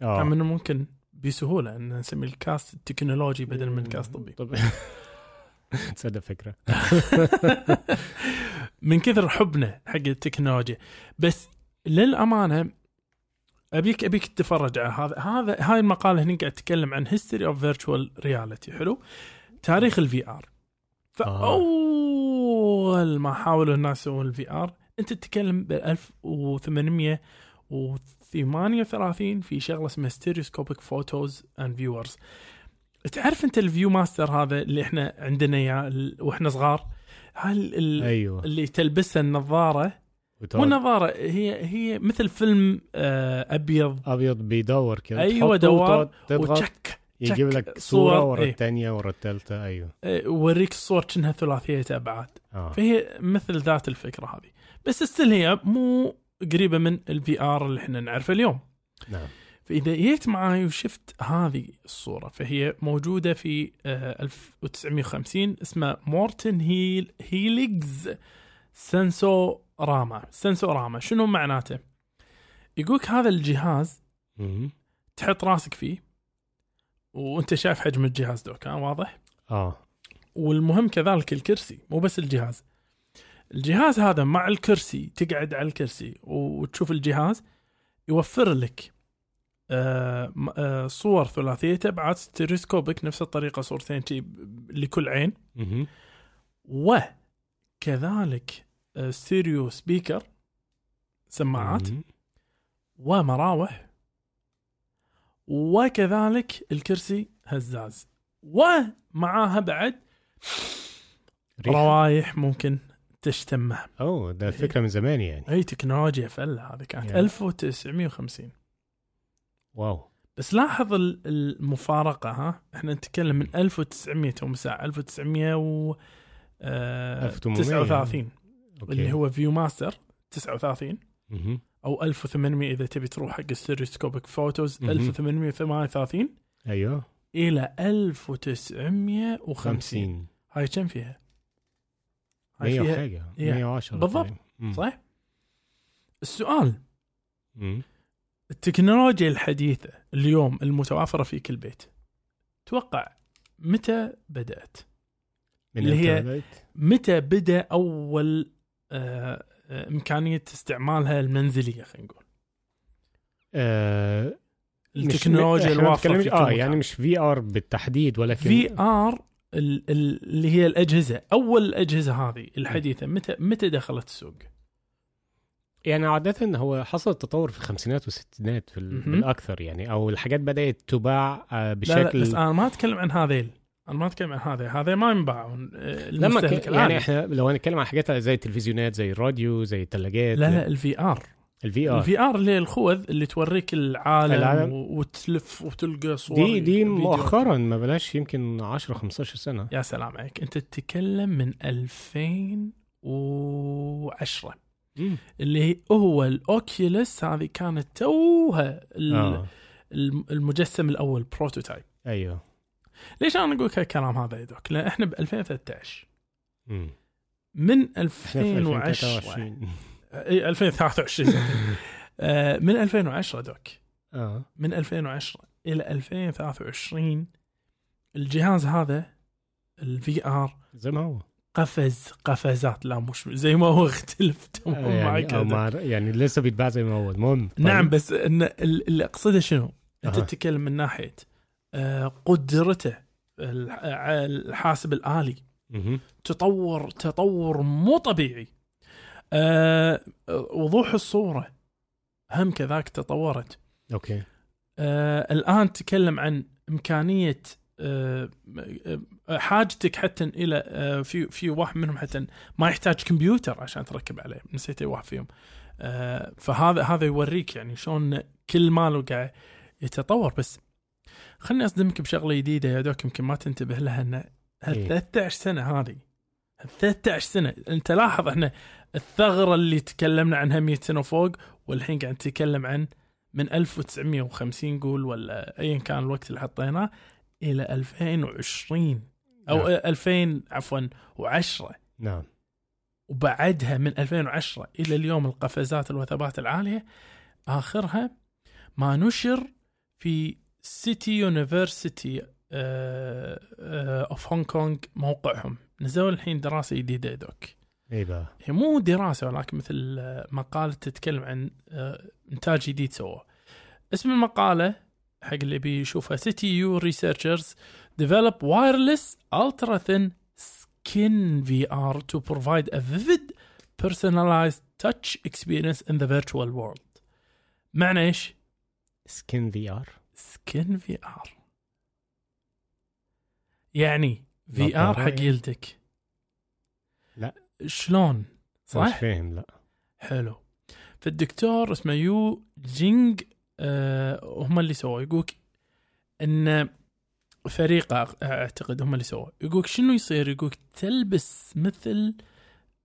كان
اه
من الممكن بسهوله ان نسمي الكاست التكنولوجي بدل من كاست طبي
طب تصدق فكره
من كثر حبنا حق التكنولوجيا بس للامانه ابيك ابيك تتفرج على هذا هذا هاي المقاله هنا قاعد تتكلم عن هيستوري اوف فيرتشوال رياليتي حلو تاريخ الفي ار فاول ما حاولوا الناس يسوون الفي ار انت تتكلم ب 1838 في شغله اسمها ستيريوسكوبيك فوتوز اند فيورز تعرف انت الفيو ماستر هذا اللي احنا عندنا اياه ال- واحنا صغار هل ال-
ايوه
اللي تلبسها النظاره مو
وتقعد
النظاره هي هي مثل فيلم آه، ابيض
ابيض بيدور كده
أيوة،
تحطه
دوار
وتقعد تضغط
وتشك
يجيب
تشك
لك صوره
صور،
ورا
إيه.
الثانيه ورا الثالثه ايوه
آه، ووريك الصور كأنها ثلاثيه ابعاد
اه
فهي مثل ذات الفكره هذه بس استل هي مو قريبه من الفي ار اللي احنا نعرفه اليوم
نعم
فاذا جيت معاي وشفت هذه الصوره فهي موجوده في آه، 1950 اسمها مورتن هيل هيليجز سنسوراما سنسوراما شنو معناته؟ يقولك هذا الجهاز
مهم.
تحط راسك فيه وانت شايف حجم الجهاز دوك ها واضح
اه
والمهم كذلك الكرسي مو بس الجهاز الجهاز هذا مع الكرسي تقعد على الكرسي وتشوف الجهاز يوفر لك آه، م- آه، صور ثلاثية أبعاد ستيريسكوبيك نفس الطريقة صورتين شي ب- لكل عين
مهم.
وكذلك آه، ستيريو سبيكر سماعات
مهم.
ومراوح وكذلك الكرسي هزاز ومعاها بعد
ريحة.
روايح ممكن تشتمها
اوه
إيه.
ده الفكره من زمان يعني
اي تكنولوجيا فله هذه كانت
يا.
1950
واو
بس لاحظ ال- المفارقه ها احنا نتكلم من 1900 تو مساء 1900 و آه،
1839.
39
أوكي.
اللي هو فيو ماستر 39
مهم.
او 1800 اذا تبي تروح حق السيريسكوبيك فوتوز
مهم.
1838
ايوه
الى 1950
50
هاي كم فيها؟
100
هاي فيها
وحاجه
إيه.
110
بالضبط.
تقريباً. مم.
صح؟ السؤال
مم.
التكنولوجيا الحديثه اليوم المتوافره في كل بيت توقع متى بدات؟
من
اللي هي-
الانترنت.
متى بدا اول آه، آه، امكانيه استعمالها المنزليه خلينا نقول
آه، مش-
التكنولوجيا
إحنا
الوافره
نتكلم-
في كل
اه
مكان.
يعني مش في ار بالتحديد ولكن
في ار اللي هي الاجهزه اول الاجهزه هذه الحديثه متى متى دخلت السوق؟
يعني عادة هو حصل تطور في الخمسينات والستينات في ال-
مهم.
بالأكثر يعني أو الحاجات بدأت تباع آه،
لا لا
بشكل
بس انا ما اتكلم عن هذيل انا ما اتكلم عن هذا هذا ما ينباعون آه،
لما
المستهلك
ك... يعني
العادي.
احنا لو هنتكلم عن حاجات زي التلفزيونات زي الراديو زي الثلاجات
لا لا الفي ار
الفي ار
الفي ار اللي هي الخوذ اللي توريك العالم,
العالم.
العالم. وتلف وتلقى صور
دي دي
فيديو.
مؤخرا ما بلاش يمكن 10 15 سنة
يا سلام عليك انت تتكلم من 2010 اللي هي هو الاوكيوليس هذه كانت توها ال-
اه
الم- المجسم الاول بروتوتايب
ايوه
ليش انا اقول لك الكلام هذا يا دوك؟ لان احنا ب 2013
مم.
من إيه،
احنا في
2010
2023.
اي 2023 آه، من 2010 دوك
اه
من 2010 الى 2023 الجهاز هذا الفي ار
زي ما هو
قفز قفزات لا مش زي ما هو اختلف
آه،
تمام معك
يعني, أو
أدم.
مع... يعني لسه بيتباع زي ما هو المهم طيب.
نعم بس ان ال- اللي اقصده شنو؟ انت
أها.
تتكلم من ناحيه آه، قدرته الح- ع- الحاسب الالي
طيب. مهم.
تطور تطور مو طبيعي آه، وضوح الصوره هم كذاك تطورت
اوكي
آه الان تكلم عن امكانيه آه آه، حاجتك حتى الى آه في في واحد منهم حتى ما يحتاج كمبيوتر عشان تركب عليه نسيت أي واحد فيهم آه فهذا هذا يوريك يعني شلون كل ماله قاعد يتطور بس خلني اصدمك بشغله جديده يا دوك يمكن ما تنتبه لها ان
إيه.
هال 13 سنه هذه هال 13 سنه انت لاحظ احنا الثغره اللي تكلمنا عنها 100 سنه وفوق والحين قاعد نتكلم عن من 1950 قول ولا ايا كان الوقت اللي حطيناه الى 2020 او
نعم.
2000 عفوا و10
نعم
وبعدها من 2010 الى اليوم القفزات الوثبات العاليه اخرها ما نشر في سيتي يونيفرسيتي آه، اوف هونغ كونغ موقعهم نزلوا الحين دراسه جديده يا دوك
اي إيه بقى
هي مو دراسه ولكن مثل آه، مقاله تتكلم عن آه، انتاج جديد سووه اسم المقاله حق اللي بيشوفها سيتي يو ريسيرشرز ديفلوب وايرلس الترا ثين سكين في ار تو بروفايد ا فيفيد بيرسوناليزد تاتش اكسبيرينس ان ذا فيرتشوال وورلد معنى ايش؟
سكين في ار
سكين في ار يعني في ار
نظارة
حق
يعني؟
يلدك
لا.
شلون؟
مش
صح؟
فاهم لا
حلو فالدكتور اسمه يو جينج آه هم اللي سووا يقولك ان فريقه اعتقد هم اللي سووا يقولك شنو يصير يقولك تلبس مثل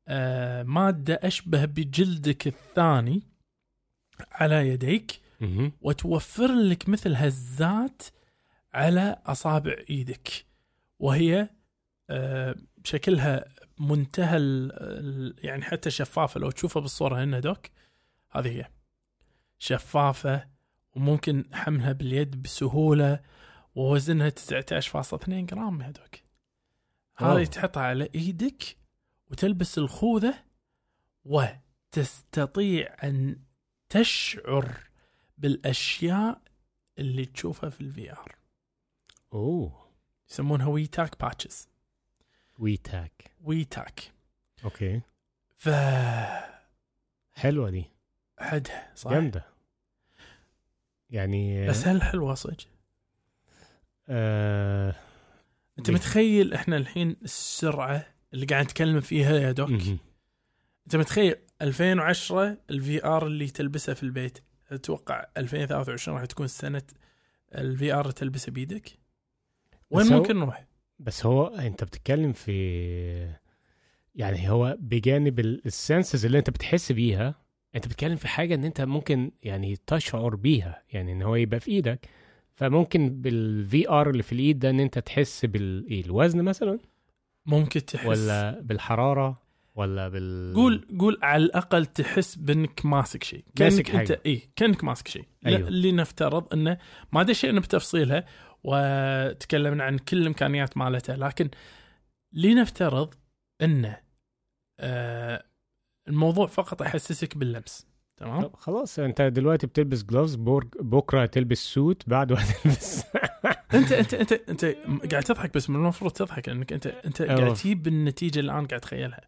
آه ماده اشبه بجلدك الثاني على يديك
مهم.
وتوفر لك مثل هزات على اصابع ايدك وهي آه، شكلها منتهى ال- ال- يعني حتى شفافه لو تشوفها بالصوره هنا دوك هذه هي شفافه وممكن حملها باليد بسهوله ووزنها 19.2 جرام يا دوك هذه
واو.
تحطها على ايدك وتلبس الخوذه وتستطيع ان تشعر بالاشياء اللي تشوفها في الفي ار
اوه
يسمونها ويتاك باتشز
ويتاك
ويتاك
اوكي
ف
حلوه دي
حدها صح
جامده يعني
طيب. بس هل حلوه صدق؟
آه
انت
إيه.
متخيل احنا الحين السرعه اللي قاعد نتكلم فيها يا دوك
مهم.
انت متخيل 2010 الفي ار اللي تلبسه في البيت اتوقع 2023 راح تكون سنه الفي ار تلبسه بيدك وين
بس هو-
ممكن نروح؟
بس هو انت بتتكلم في يعني هو بجانب ال- السنسز اللي انت بتحس بيها انت بتتكلم في حاجه ان انت ممكن يعني تشعر بيها يعني ان هو يبقى في ايدك فممكن بالفي ار اللي في الايد إيه، ده ان انت تحس بالوزن مثلا
ممكن تحس
ولا بالحراره ولا بال
قول قول على الاقل تحس بانك ماسك شيء
ماسك
كانك انت
حاجة.
اي كانك ماسك شيء
أيوه.
أيوه. لنفترض انه ما دشينا بتفصيلها وتكلمنا عن كل الامكانيات مالته لكن لنفترض انه آه الموضوع فقط يحسسك باللمس تمام
طب خلاص انت دلوقتي بتلبس جلوفز بكره تلبس سوت بعد هتلبس
انت انت انت انت قاعد تضحك بس من المفروض تضحك انك انت انت قاعد
أوه.
تجيب النتيجه اللي انا قاعد اتخيلها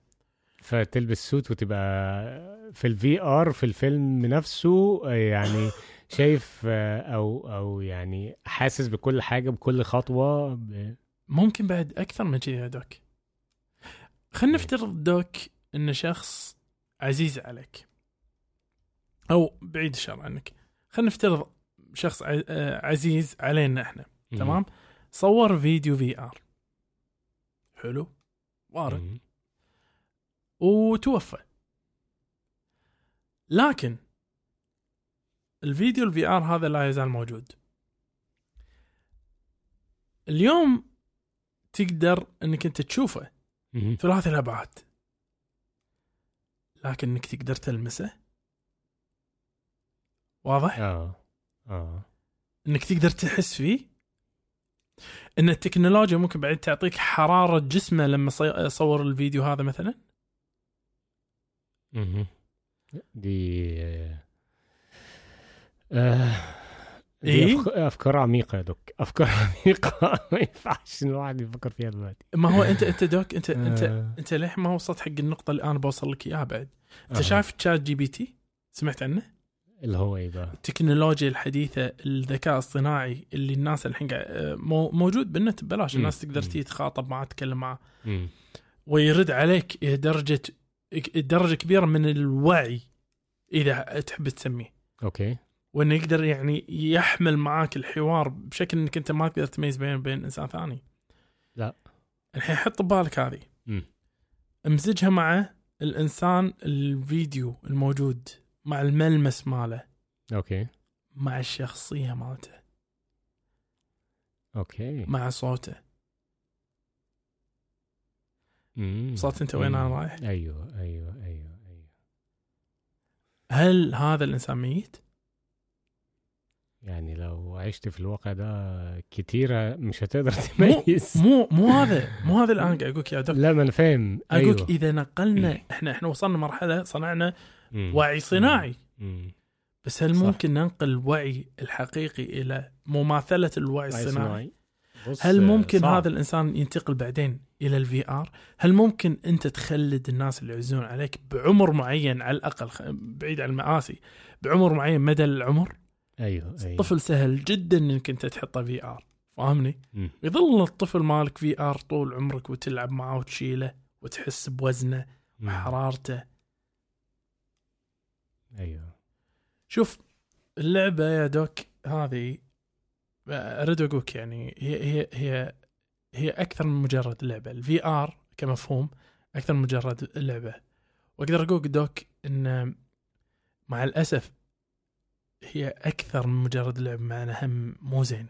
فتلبس سوت وتبقى في الفي ار في الفيلم نفسه آه، يعني شايف آه، او او يعني حاسس بكل حاجه بكل خطوه ب...
ممكن بعد اكثر من كذي يا دوك خلينا نفترض دوك انه شخص عزيز عليك او بعيد الشر عنك خلينا نفترض شخص ع- آه، عزيز علينا احنا تمام صور فيديو في ار حلو وارد
مم.
وتوفى لكن الفيديو الفي ار هذا لا يزال موجود اليوم تقدر انك انت تشوفه
مم.
ثلاثي الابعاد لكن انك تقدر تلمسه واضح
اه اه
انك تقدر تحس فيه ان التكنولوجيا ممكن بعد تعطيك حراره جسمه لما صي- صور الفيديو هذا مثلا
مهم. دي آه، دي
إيه؟
أفك- افكار عميقه يا دوك افكار عميقه ما ينفعش إن الواحد يفكر فيها دلوقتي
ما هو انت انت دوك انت انت
آه،
انت للحين ما وصلت حق النقطه اللي انا بوصل لك اياها بعد انت
آه.
شايف تشات جي بي تي سمعت عنه
اللي هو ايه بقى
التكنولوجيا الحديثه الذكاء الاصطناعي اللي الناس الحين قاعد- آه، مو- موجود بالنت ببلاش
مم.
الناس تقدر
مم.
تي تخاطب معه تتكلم معه
مم.
ويرد عليك إلى درجه درجه كبيره من الوعي اذا تحب تسميه
اوكي
وانه يقدر يعني يحمل معاك الحوار بشكل انك انت ما تقدر تميز بين بين انسان ثاني
لا.
الحين حط ببالك هذه
مم.
امزجها مع الانسان الفيديو الموجود مع الملمس ماله
اوكي
مع الشخصيه مالته
اوكي
مع صوته
مم.
وصلت انت وين
مم.
انا رايح
ايوه ايوه ايوه ايوه
هل هذا الانسان ميت
يعني لو عشت في الواقع ده كتيرة مش هتقدر
مو
تميز
مو مو هذا مو هذا الان قاعد اقول لك يا دكتور
لا ما انا فاهم
اقول
ايوه
لك إيه؟ اذا نقلنا احنا احنا وصلنا مرحله صنعنا
مم.
وعي صناعي
مم.
بس هل
صح.
ممكن ننقل الوعي الحقيقي الى مماثله الوعي
وعي
الصناعي؟
بص،
هل ممكن
آه، صعب.
هذا الانسان ينتقل بعدين الى الفي ار؟ هل ممكن انت تخلد الناس اللي يعزون عليك بعمر معين على الاقل خ- بعيد عن المآسي بعمر معين مدى العمر؟
ايوه ايوه
الطفل سهل جدا انك انت تحطه في ار فاهمني؟
مم.
يظل الطفل مالك في ار طول عمرك وتلعب معاه وتشيله وتحس بوزنه
مم.
وحرارته
ايوه
شوف اللعبه يا دوك هذه اريد اقولك يعني هي هي هي هي اكثر من مجرد لعبه الفي ار كمفهوم اكثر من مجرد لعبه واقدر اقول دوك ان مع الاسف هي اكثر من مجرد لعبه معناها هم مو زين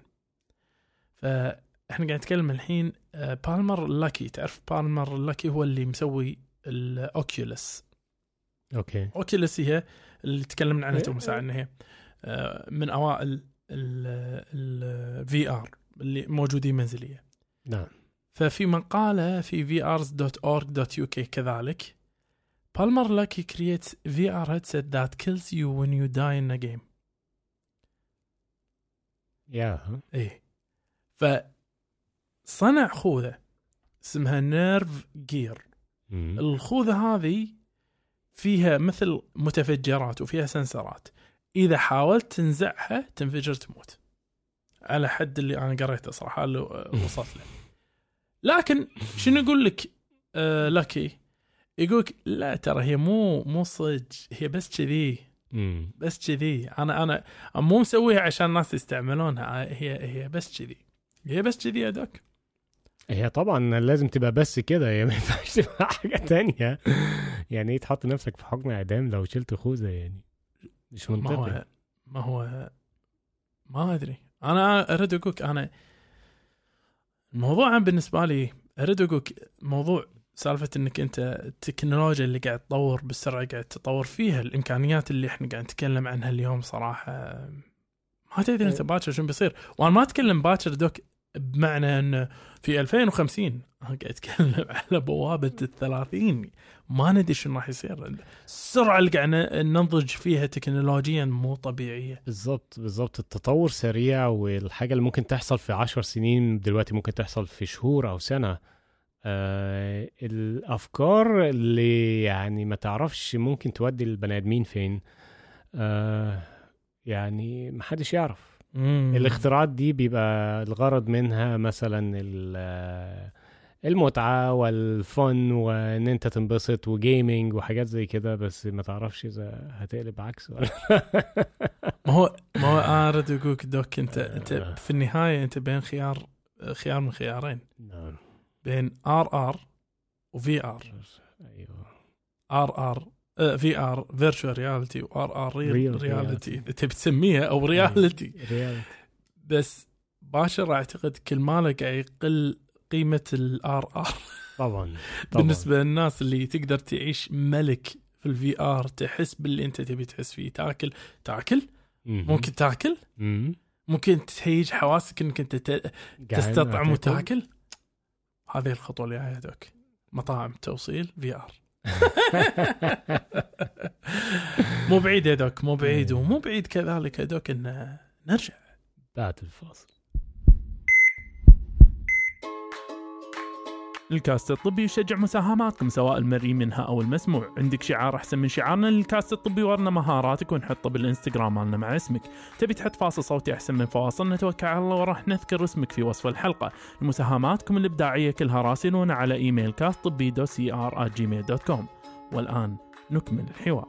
فاحنا قاعد نتكلم الحين آه، بالمر لاكي تعرف بالمر لاكي هو اللي مسوي الاوكيولس
اوكي
اوكيولس هي اللي تكلمنا عنها
إيه.
تو من ساعه انها هي آه، من اوائل الفي ار اللي موجودين منزليه
نعم
ففي مقاله في vrs.org.uk كذلك بالمر لاكي creates VR headset that kills you when you die in a game
يا
ايه فصنع خوذه اسمها نيرف جير
مم.
الخوذة هذه فيها مثل متفجرات وفيها سنسرات إذا حاولت تنزعها تنفجر تموت على حد اللي أنا قريته صراحة اللي وصلت له لكن شنو يقول لك آه لكي يقولك لا ترى هي مو مو صج هي بس كذي
مم.
بس كذي انا انا أنا مو مسويها عشان الناس يستعملونها هي هي بس كذي هي بس كذي يا دوك
هي طبعا لازم تبقى بس كده هي ما ينفعش تبقى حاجه تانية يعني ايه تحط نفسك في حكم اعدام لو شلت خوذه يعني مش
ما
منطقي
هو ما هو ما ادري انا اريد اقولك انا الموضوع بالنسبه لي اريد اقولك موضوع سالفه انك انت التكنولوجيا اللي قاعد تطور بالسرعه اللي قاعد تطور فيها الامكانيات اللي احنا قاعد نتكلم عنها اليوم صراحه ما تدري انت باكر شنو بيصير وانا ما اتكلم باكر دوك بمعنى انه في 2050 انا قاعد اتكلم على بوابه ال 30 ما ندري شنو راح يصير السرعه اللي قاعد ننضج فيها تكنولوجيا مو طبيعيه
بالظبط بالظبط التطور سريع والحاجه اللي ممكن تحصل في عشر سنين دلوقتي ممكن تحصل في شهور او سنه آه الافكار اللي يعني ما تعرفش ممكن تودي البني ادمين فين آه يعني ما حدش يعرف
مم.
الاختراعات دي بيبقى الغرض منها مثلا ال- المتعة والفن وان انت تنبسط وجيمنج وحاجات زي كده بس ما تعرفش اذا هتقلب عكس ولا
ما هو ما هو انا ارد اقولك دوك انت
آه.
انت في النهايه انت بين خيار خيار من خيارين
نعم
بين ار ار وفي ار
ايوه
ار ار آه، في ار فيرتشوال رياليتي وار ار
Real
رياليتي
reality.
تبي تسميها او رياليتي
ريال
بس باشر اعتقد كل ماله قاعد يقل قيمه الار ار
طبعا طبعا
بالنسبه للناس اللي تقدر تعيش ملك في الفي ار تحس باللي انت تبي تحس فيه تاكل تاكل
مهم.
ممكن تاكل
مهم.
ممكن تهيج حواسك انك انت ت-
جعان
تستطعم
هتاكل؟
وتاكل هذه الخطوه اللي جايه دوك مطاعم توصيل في ار مو بعيد يا دوك مو بعيد
إيه.
ومو بعيد كذلك يا دوك ان نرجع
بعد الفاصل
الكاست الطبي يشجع مساهماتكم سواء المرئي منها او المسموع، عندك شعار احسن من شعارنا للكاست الطبي ورنا مهاراتك ونحطه بالانستغرام مالنا مع اسمك، تبي تحط فاصل صوتي احسن من فواصل نتوكل على الله وراح نذكر اسمك في وصف الحلقه، مساهماتكم الابداعيه كلها راسلونا على ايميل كاست طبي دو سي ار جيميل دوت كوم، والان نكمل الحوار.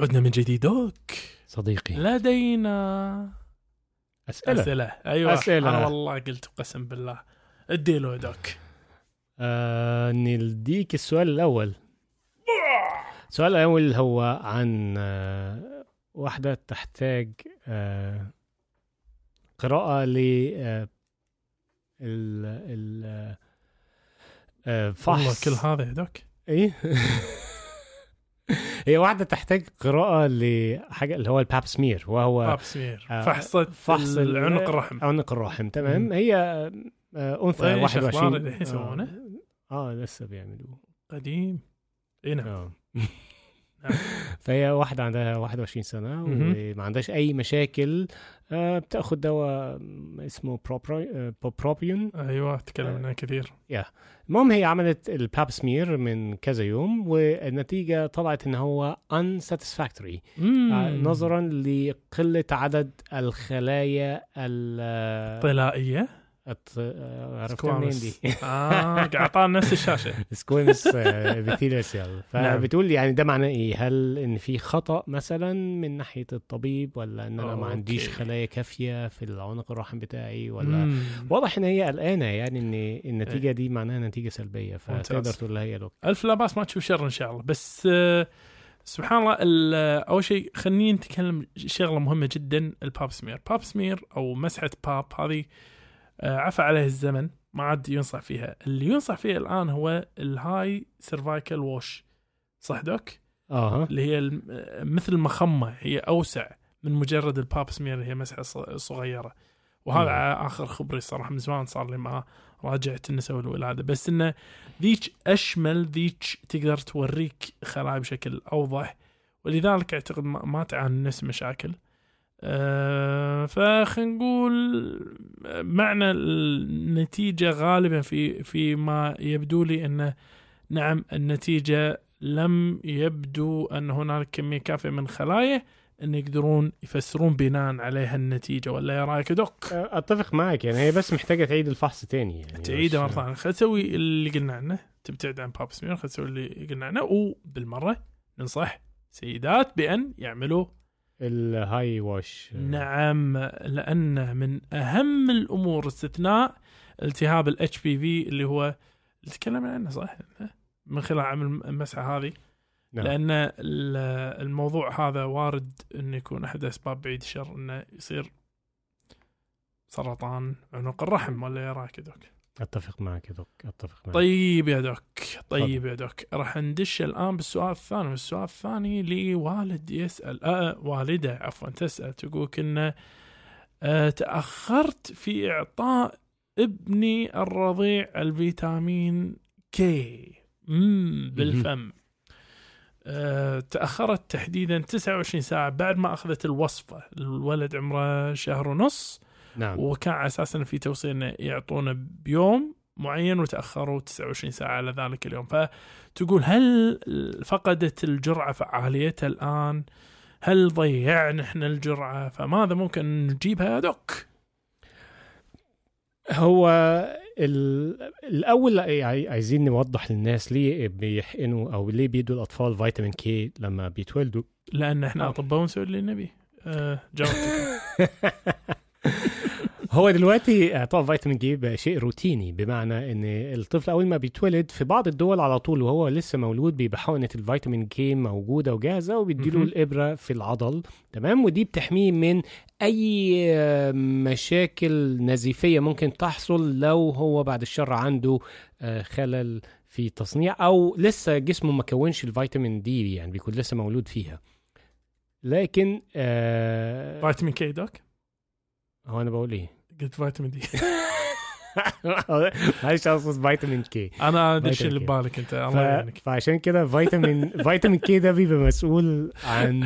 عدنا من جديد دوك
صديقي
لدينا
اسئله
اسئله ايوه
أسئلة.
انا والله قلت قسم بالله ادي له دوك
آه نديك السؤال الأول السؤال الأول هو عن آه واحدة تحتاج آه قراءة ل آه ال ال آه، آه
والله
فحص
كل هذا دوك
ايه هي واحدة تحتاج قراءة لحاجة اللي هو الباب سمير وهو
باب سمير
آه،
فحصة
فحص
فحص
ال-
عنق الرحم
عنق الرحم
مم.
تمام هي آه أنثى
طيب، إيش أخبار
21
اللي الحين
آه،
يسوونه؟
اه لسه بيعملوه
قديم اي نعم
اه
نعم.
فهي واحدة عندها 21 سنة
مهم.
وما عندهاش أي مشاكل آه، بتاخد دواء اسمه بروبري- آه، بروبريون
ايوه تكلمنا كثير
المهم هي عملت الباب سمير من كذا يوم والنتيجة طلعت إن هو unsatisfactory آه، نظرا لقلة عدد الخلايا
طيب.
ال
طلائيه
الت- آه، عرفتها منين دي؟
اه قاعد اعطانا نفس الشاشه
سكويمس ابيثيليال سيل
نعم.
فبتقول يعني ده معناه ايه هل ان في خطا مثلا من ناحيه الطبيب ولا ان انا ما
أوكي.
عنديش خلايا كافيه في العنق الرحم بتاعي ولا
مم.
واضح ان هي قلقانه يعني ان النتيجه دي معناها نتيجه سلبيه فتقدر
ممتاز.
تقول لها هي لو
الف لا باس ما تشوف شر ان شاء الله بس آه، سبحان الله ال- آه، اول شيء خليني نتكلم شغله مهمه جدا الباب سمير باب سمير او مسحه باب هذه آه، عفى عليه الزمن ما عاد ينصح فيها اللي ينصح فيها الان هو الهاي سيرفايكال ووش صح دوك
اها
اللي هي الم- آه، مثل مخمه هي اوسع من مجرد الباب سمير اللي هي مسحه ص- صغيره وهذا على اخر خبري صراحه من زمان صار لي ما راجعت النساء والولاده بس انه ذيك اشمل ذيك تقدر توريك خلايا بشكل اوضح ولذلك اعتقد ما ما تعاني نفس مشاكل أه فخلينا نقول معنى النتيجه غالبا في في ما يبدو لي انه نعم النتيجه لم يبدو ان هناك كميه كافيه من الخلايا ان يقدرون يفسرون بناء عليها النتيجه ولا يا رايك يا دوك
اتفق معك يعني هي بس محتاجه تعيد الفحص تاني يعني
تعيده مره
مش-
ثانيه خلينا نسوي اللي قلنا عنه تبتعد عن باب سمير خلينا نسوي اللي قلنا عنه وبالمره ننصح سيدات بان يعملوا
الهاي واش
نعم لان من اهم الامور استثناء التهاب الاتش بي في اللي هو اللي تكلمنا عنه صح من خلال عمل المسحه هذه
نعم.
لان ال- الموضوع هذا وارد انه يكون احد اسباب بعيد الشر انه يصير سرطان عنق الرحم ولا يراك دوك
اتفق معك يا دوك اتفق معك
طيب يا دوك طيب
نعم. تفضل.
يا دوك راح ندش الان بالسؤال الثاني والسؤال الثاني لوالد يسال آه والده عفوا تسال تقول انه آه تاخرت في اعطاء ابني الرضيع الفيتامين كي مم بالفم آه تاخرت تحديدا 29 ساعه بعد ما اخذت الوصفه الولد عمره شهر ونص
نعم
وكان على اساس انه في توصيه انه يعطونه بيوم معين وتاخروا 29 ساعه على ذلك اليوم فتقول هل فقدت الجرعه فعاليتها الان؟ هل ضيعنا احنا الجرعه؟ فماذا ممكن نجيبها يا دوك؟
هو ال- الاول عاي- عايزين نوضح للناس ليه بيحقنوا او ليه بيدوا الاطفال فيتامين كي لما بيتولدوا
لان احنا
آه.
اطباء ونسوي اللي نبي. آه جاوبتك.
هو دلوقتي اعطاء فيتامين جي بقى شيء روتيني بمعنى ان الطفل اول ما بيتولد في بعض الدول على طول وهو لسه مولود بيبقى حقنه الفيتامين جي موجوده وجاهزه وبيديله
مهم.
الابره في العضل تمام ودي بتحميه من اي آه، مشاكل نزيفيه ممكن تحصل لو هو بعد الشر عنده آه، خلل في تصنيع او لسه جسمه ما كونش الفيتامين دي يعني بيكون لسه مولود فيها لكن آه
فيتامين كي دوك؟
هو انا بقول ايه
قلت فيتامين دي.
معلش اقصد فيتامين كي
انا ادري
فيتامين
اللي
كي.
ببالك انت
ف...
الله يعينك.
فعشان كده فيتامين فيتامين كي ده بيبقى مسؤول عن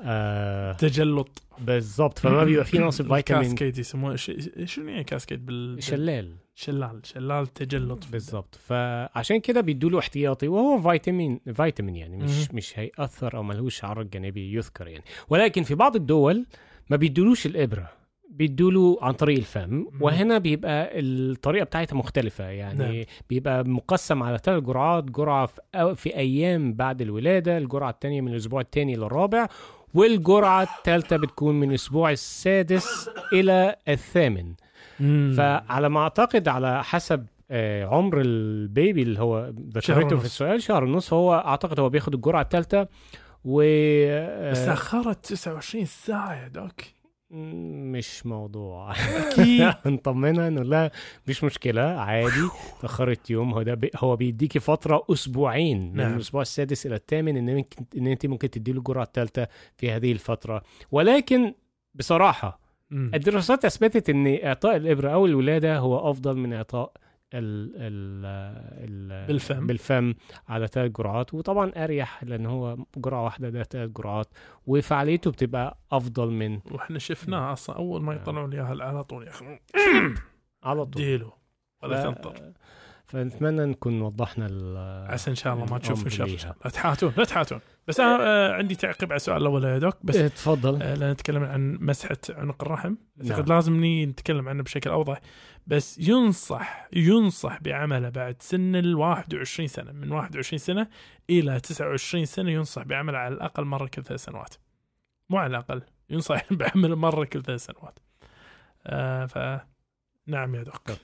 آه
تجلط
بالظبط فما بيبقى فيه نقص فيتامين
كاسكيد يسموه ش- شنو يعني كاسكيد بال
شلال
شلال شلال تجلط
بالظبط فعشان كده بيدوا له احتياطي وهو فيتامين فيتامين يعني مش
مهم.
مش هيأثر او ملهوش عرض جانبي يذكر يعني ولكن في بعض الدول ما بيدولوش الابره بيدوله عن طريق الفم
مهم.
وهنا بيبقى الطريقه بتاعتها مختلفه يعني
نعم.
بيبقى مقسم على ثلاث جرعات جرعه في, أو في ايام بعد الولاده الجرعه الثانيه من الاسبوع الثاني للرابع والجرعه الثالثه بتكون من الاسبوع السادس الى الثامن
مم.
فعلى ما اعتقد على حسب آه، عمر البيبي اللي هو ذكرته
ونص.
في السؤال شهر ونص هو اعتقد هو بياخد الجرعه الثالثه و آه،
بس تاخرت 29 ساعه يا دوك
م- مش موضوع
اكيد
نطمنها انه لا مش مشكله عادي تاخرت يوم هو ده بي هو بيديكي فتره اسبوعين من
نعم.
الاسبوع السادس الى الثامن ان ممكن ان انت ممكن تديله الجرعه الثالثه في هذه الفتره ولكن بصراحه الدراسات اثبتت ان اعطاء الابره او الولاده هو افضل من اعطاء ال ال ال
بالفم.
بالفم على ثلاث جرعات وطبعا اريح لان هو جرعه واحده ده ثلاث جرعات وفعاليته بتبقى افضل من
واحنا شفناه اصلا اول ما يطلعوا لي اهل على طول ياخذون
على طول
ديلو ولا
ف-
تنطر
فنتمنى نكون وضحنا ال
عسى ان شاء الله ما تشوفوا شر
الأمر
إن شاء الله. لا تحاتون لا تحاتون بس انا آه، عندي تعقيب على السؤال الاول يا دوك
إيه.
بس
اتفضل
آه، لان نتكلم عن مسحه عنق الرحم
نعم.
اعتقد لازم ني- نتكلم عنه بشكل اوضح بس ينصح ينصح بعمله بعد سن ال 21 سنه من 21 سنه الى 29 سنه ينصح بعمله على الاقل مره كل ثلاث سنوات مو على الاقل ينصح بعمله مره كل ثلاث سنوات آه ف نعم يا دكتور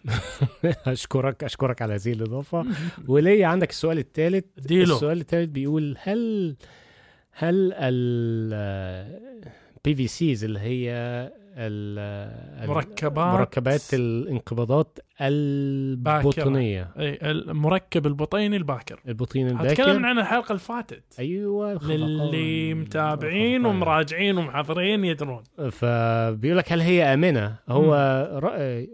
اشكرك اشكرك على هذه الاضافه وليه عندك السؤال الثالث
ديلو
السؤال الثالث بيقول هل هل ال بي في سيز اللي هي ال- ال-
مركبات-
مركبات الانقباضات البطنيه
أي المركب البطيني الباكر
البطين
تكلمنا
الباكر
عن الحلقه اللي فاتت
ايوه الخفقان.
للي متابعين
الخفقان.
ومراجعين ومحضرين يدرون
فبيقول لك هل هي امنه هو ر-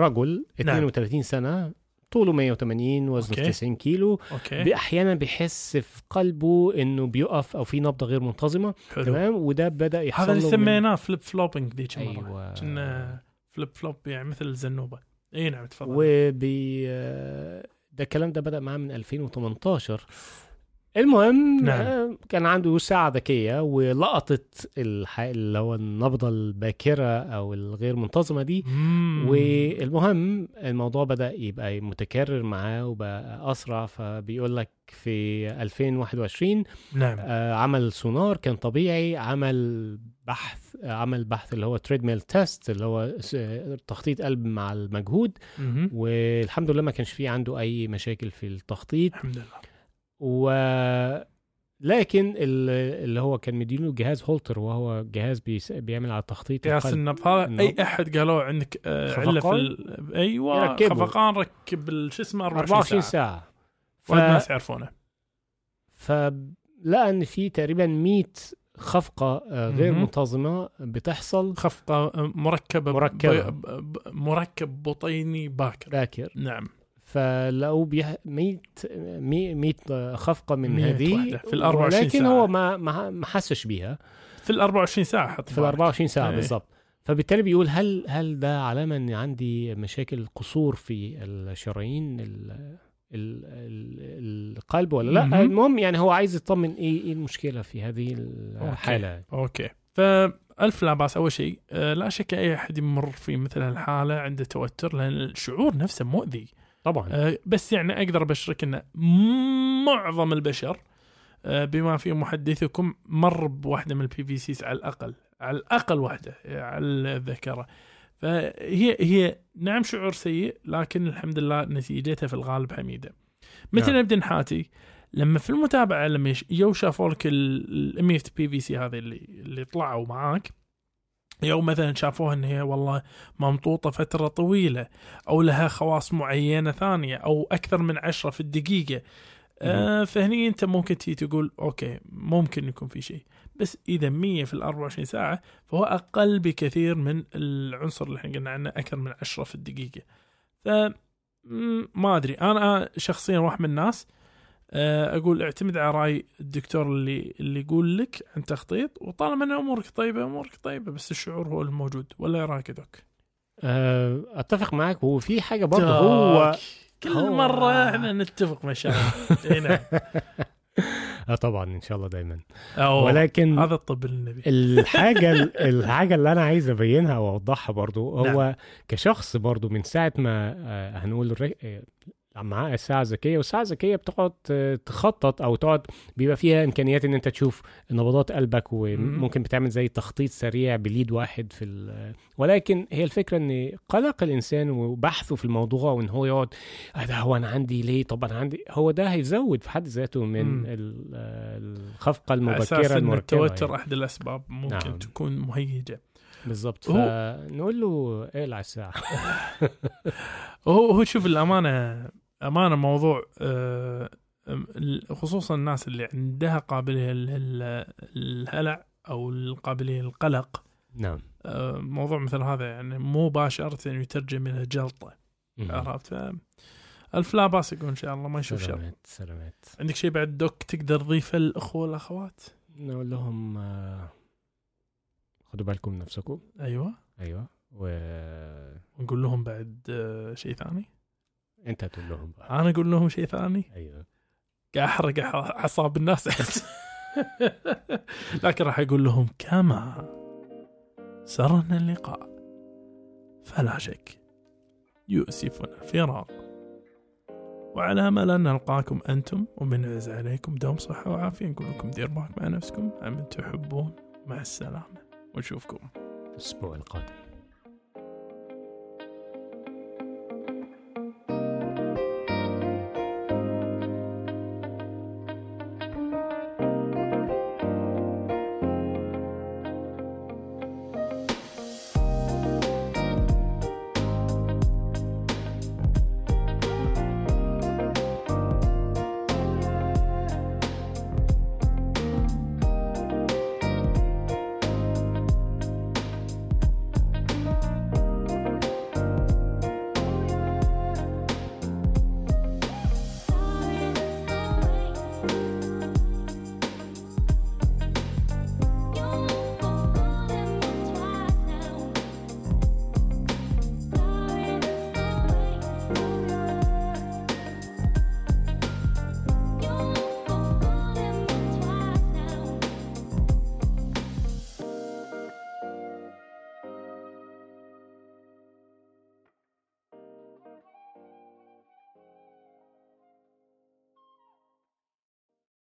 رجل
نعم.
32 سنه طوله 180 وزنه
أوكي.
90 كيلو
اوكي
بي- احيانا بيحس في قلبه انه بيقف او في نبضه غير منتظمه
حلو
تمام وده بدا يحصل
هذا اللي
له من-
سميناه فليب فلوبينج ذيك المره
ايوه
كنا فليب فلوب يعني مثل الزنوبه اي نعم تفضل
وبي آه، ده الكلام ده بدا معاه من 2018 المهم
نعم.
آه، كان عنده ساعه ذكيه ولقطت الح... اللي هو النبضه الباكره او الغير منتظمه دي
مم.
والمهم الموضوع بدا يبقى متكرر معاه وبقى اسرع فبيقول لك في 2021
نعم
آه، عمل سونار كان طبيعي عمل بحث آه، عمل بحث اللي هو تريدميل تيست اللي هو س- آه، تخطيط قلب مع المجهود
مهم.
والحمد لله ما كانش فيه عنده اي مشاكل في التخطيط
الحمد لله
و لكن ال- اللي هو كان مدينه جهاز هولتر وهو جهاز بيس- بيعمل على تخطيط
قياس
القلب.
النبض هذا اي
النبض.
احد قالوا عندك آه، عله في
خفقان؟
ال- ايوه
يركبه.
خفقان ركب ال- شو اسمه 24
24
ساعه,
ساعه ف...
وايد ناس يعرفونه
فلقى ان في تقريبا 100 خفقه آه، غير
مهم.
منتظمه بتحصل
خفقه آه، مركبه ب-
مركبة.
ب- ب- مركب بطيني باكر
باكر
نعم
فلقوا بيه 100 مي- 100 خفقه من
100
هذه
واحدة في ال 24
لكن
ساعة.
هو ما ما ما حسش بيها
في ال 24 ساعه حط
في ال
بالك.
24 ساعه
إيه.
بالظبط فبالتالي بيقول هل هل ده علامه ان عندي مشاكل قصور في الشرايين ال ال ال القلب ولا لا
مهم.
المهم يعني هو عايز يطمن ايه ايه المشكله في هذه الحاله
اوكي فالف لا باس اول شيء آه، لا شك اي احد يمر في مثل هالحاله عنده توتر لان الشعور نفسه مؤذي
طبعا
آه، بس يعني اقدر ابشرك ان معظم البشر آه، بما فيه محدثكم مر بواحده من البي في سيز على الاقل على الاقل واحده آه، على الذاكره فهي هي نعم شعور سيء لكن الحمد لله نتيجتها في الغالب حميده. متى
نعم.
نبدا نحاتي؟ لما في المتابعه لما يش- يو شافوا لك ال 100 بي في سي هذه اللي اللي طلعوا معاك يو مثلا شافوها ان هي والله ممطوطه فتره طويله او لها خواص معينه ثانيه او اكثر من عشرة في الدقيقه آه فهني انت ممكن تي تقول اوكي ممكن يكون في شيء بس اذا 100 في ال 24 ساعه فهو اقل بكثير من العنصر اللي احنا قلنا عنه اكثر من عشرة في الدقيقه ف مم، ما ادري انا شخصيا واحد من الناس آه، اقول اعتمد على راي الدكتور اللي اللي يقول لك عن تخطيط وطالما ان امورك طيبه امورك طيبه بس الشعور هو الموجود ولا يراك دوك
آه، اتفق معاك وفي حاجه برضه هو
دوك. كل
هو-
مره احنا نتفق ما شاء الله إي نعم.
آه طبعا ان شاء الله دايما
أو
ولكن
هذا الطب النبي
الحاجه الحاجه اللي انا عايز ابينها واوضحها برضو هو
نعم.
كشخص برضو من ساعه ما آه، هنقول الري- آه، معاه الساعه الذكيه والساعه الذكيه بتقعد آه، تخطط او تقعد بيبقى فيها امكانيات ان انت تشوف نبضات قلبك وممكن بتعمل زي تخطيط سريع بليد واحد في ال- ولكن هي الفكره ان قلق الانسان وبحثه في الموضوع وان هو يقعد آه، ده هو انا عندي ليه طب انا عندي هو ده هيزود في حد ذاته من
مم.
ال- آه، الخفقه
على
المبكره
اساس ان
المركبه
التوتر
يعني.
احد الاسباب ممكن
نعم.
تكون مهيجه
بالظبط
هو-
فنقول له اقلع الساعه
هو هو شوف الامانه امانه موضوع آه، أم- ال- خصوصا الناس اللي عندها قابليه لل- الهلع او القابليه للقلق
نعم
آه، موضوع مثل هذا يعني مباشره يترجم الى جلطه عرفت ف الف لا باس يقول ان شاء الله آه، ما نشوف شر
سلامات سلامات
عندك شيء بعد دوك تقدر تضيفه للاخوه والاخوات
نقول لهم آه، خدوا بالكم من نفسكم
ايوه
ايوه و
ونقول لهم بعد آه، شيء ثاني
انت هتقول لهم بقى
انا اقول لهم شيء ثاني
ايوه
قاعد احرق أع- اعصاب الناس لكن راح اقول لهم كما سرنا اللقاء فلا شك يؤسفنا الفراق وعلى امل ان نلقاكم انتم ومن عز عليكم دوم صحه وعافيه نقول لكم دير بالك مع نفسكم عمن تحبون مع السلامه ونشوفكم
الاسبوع القادم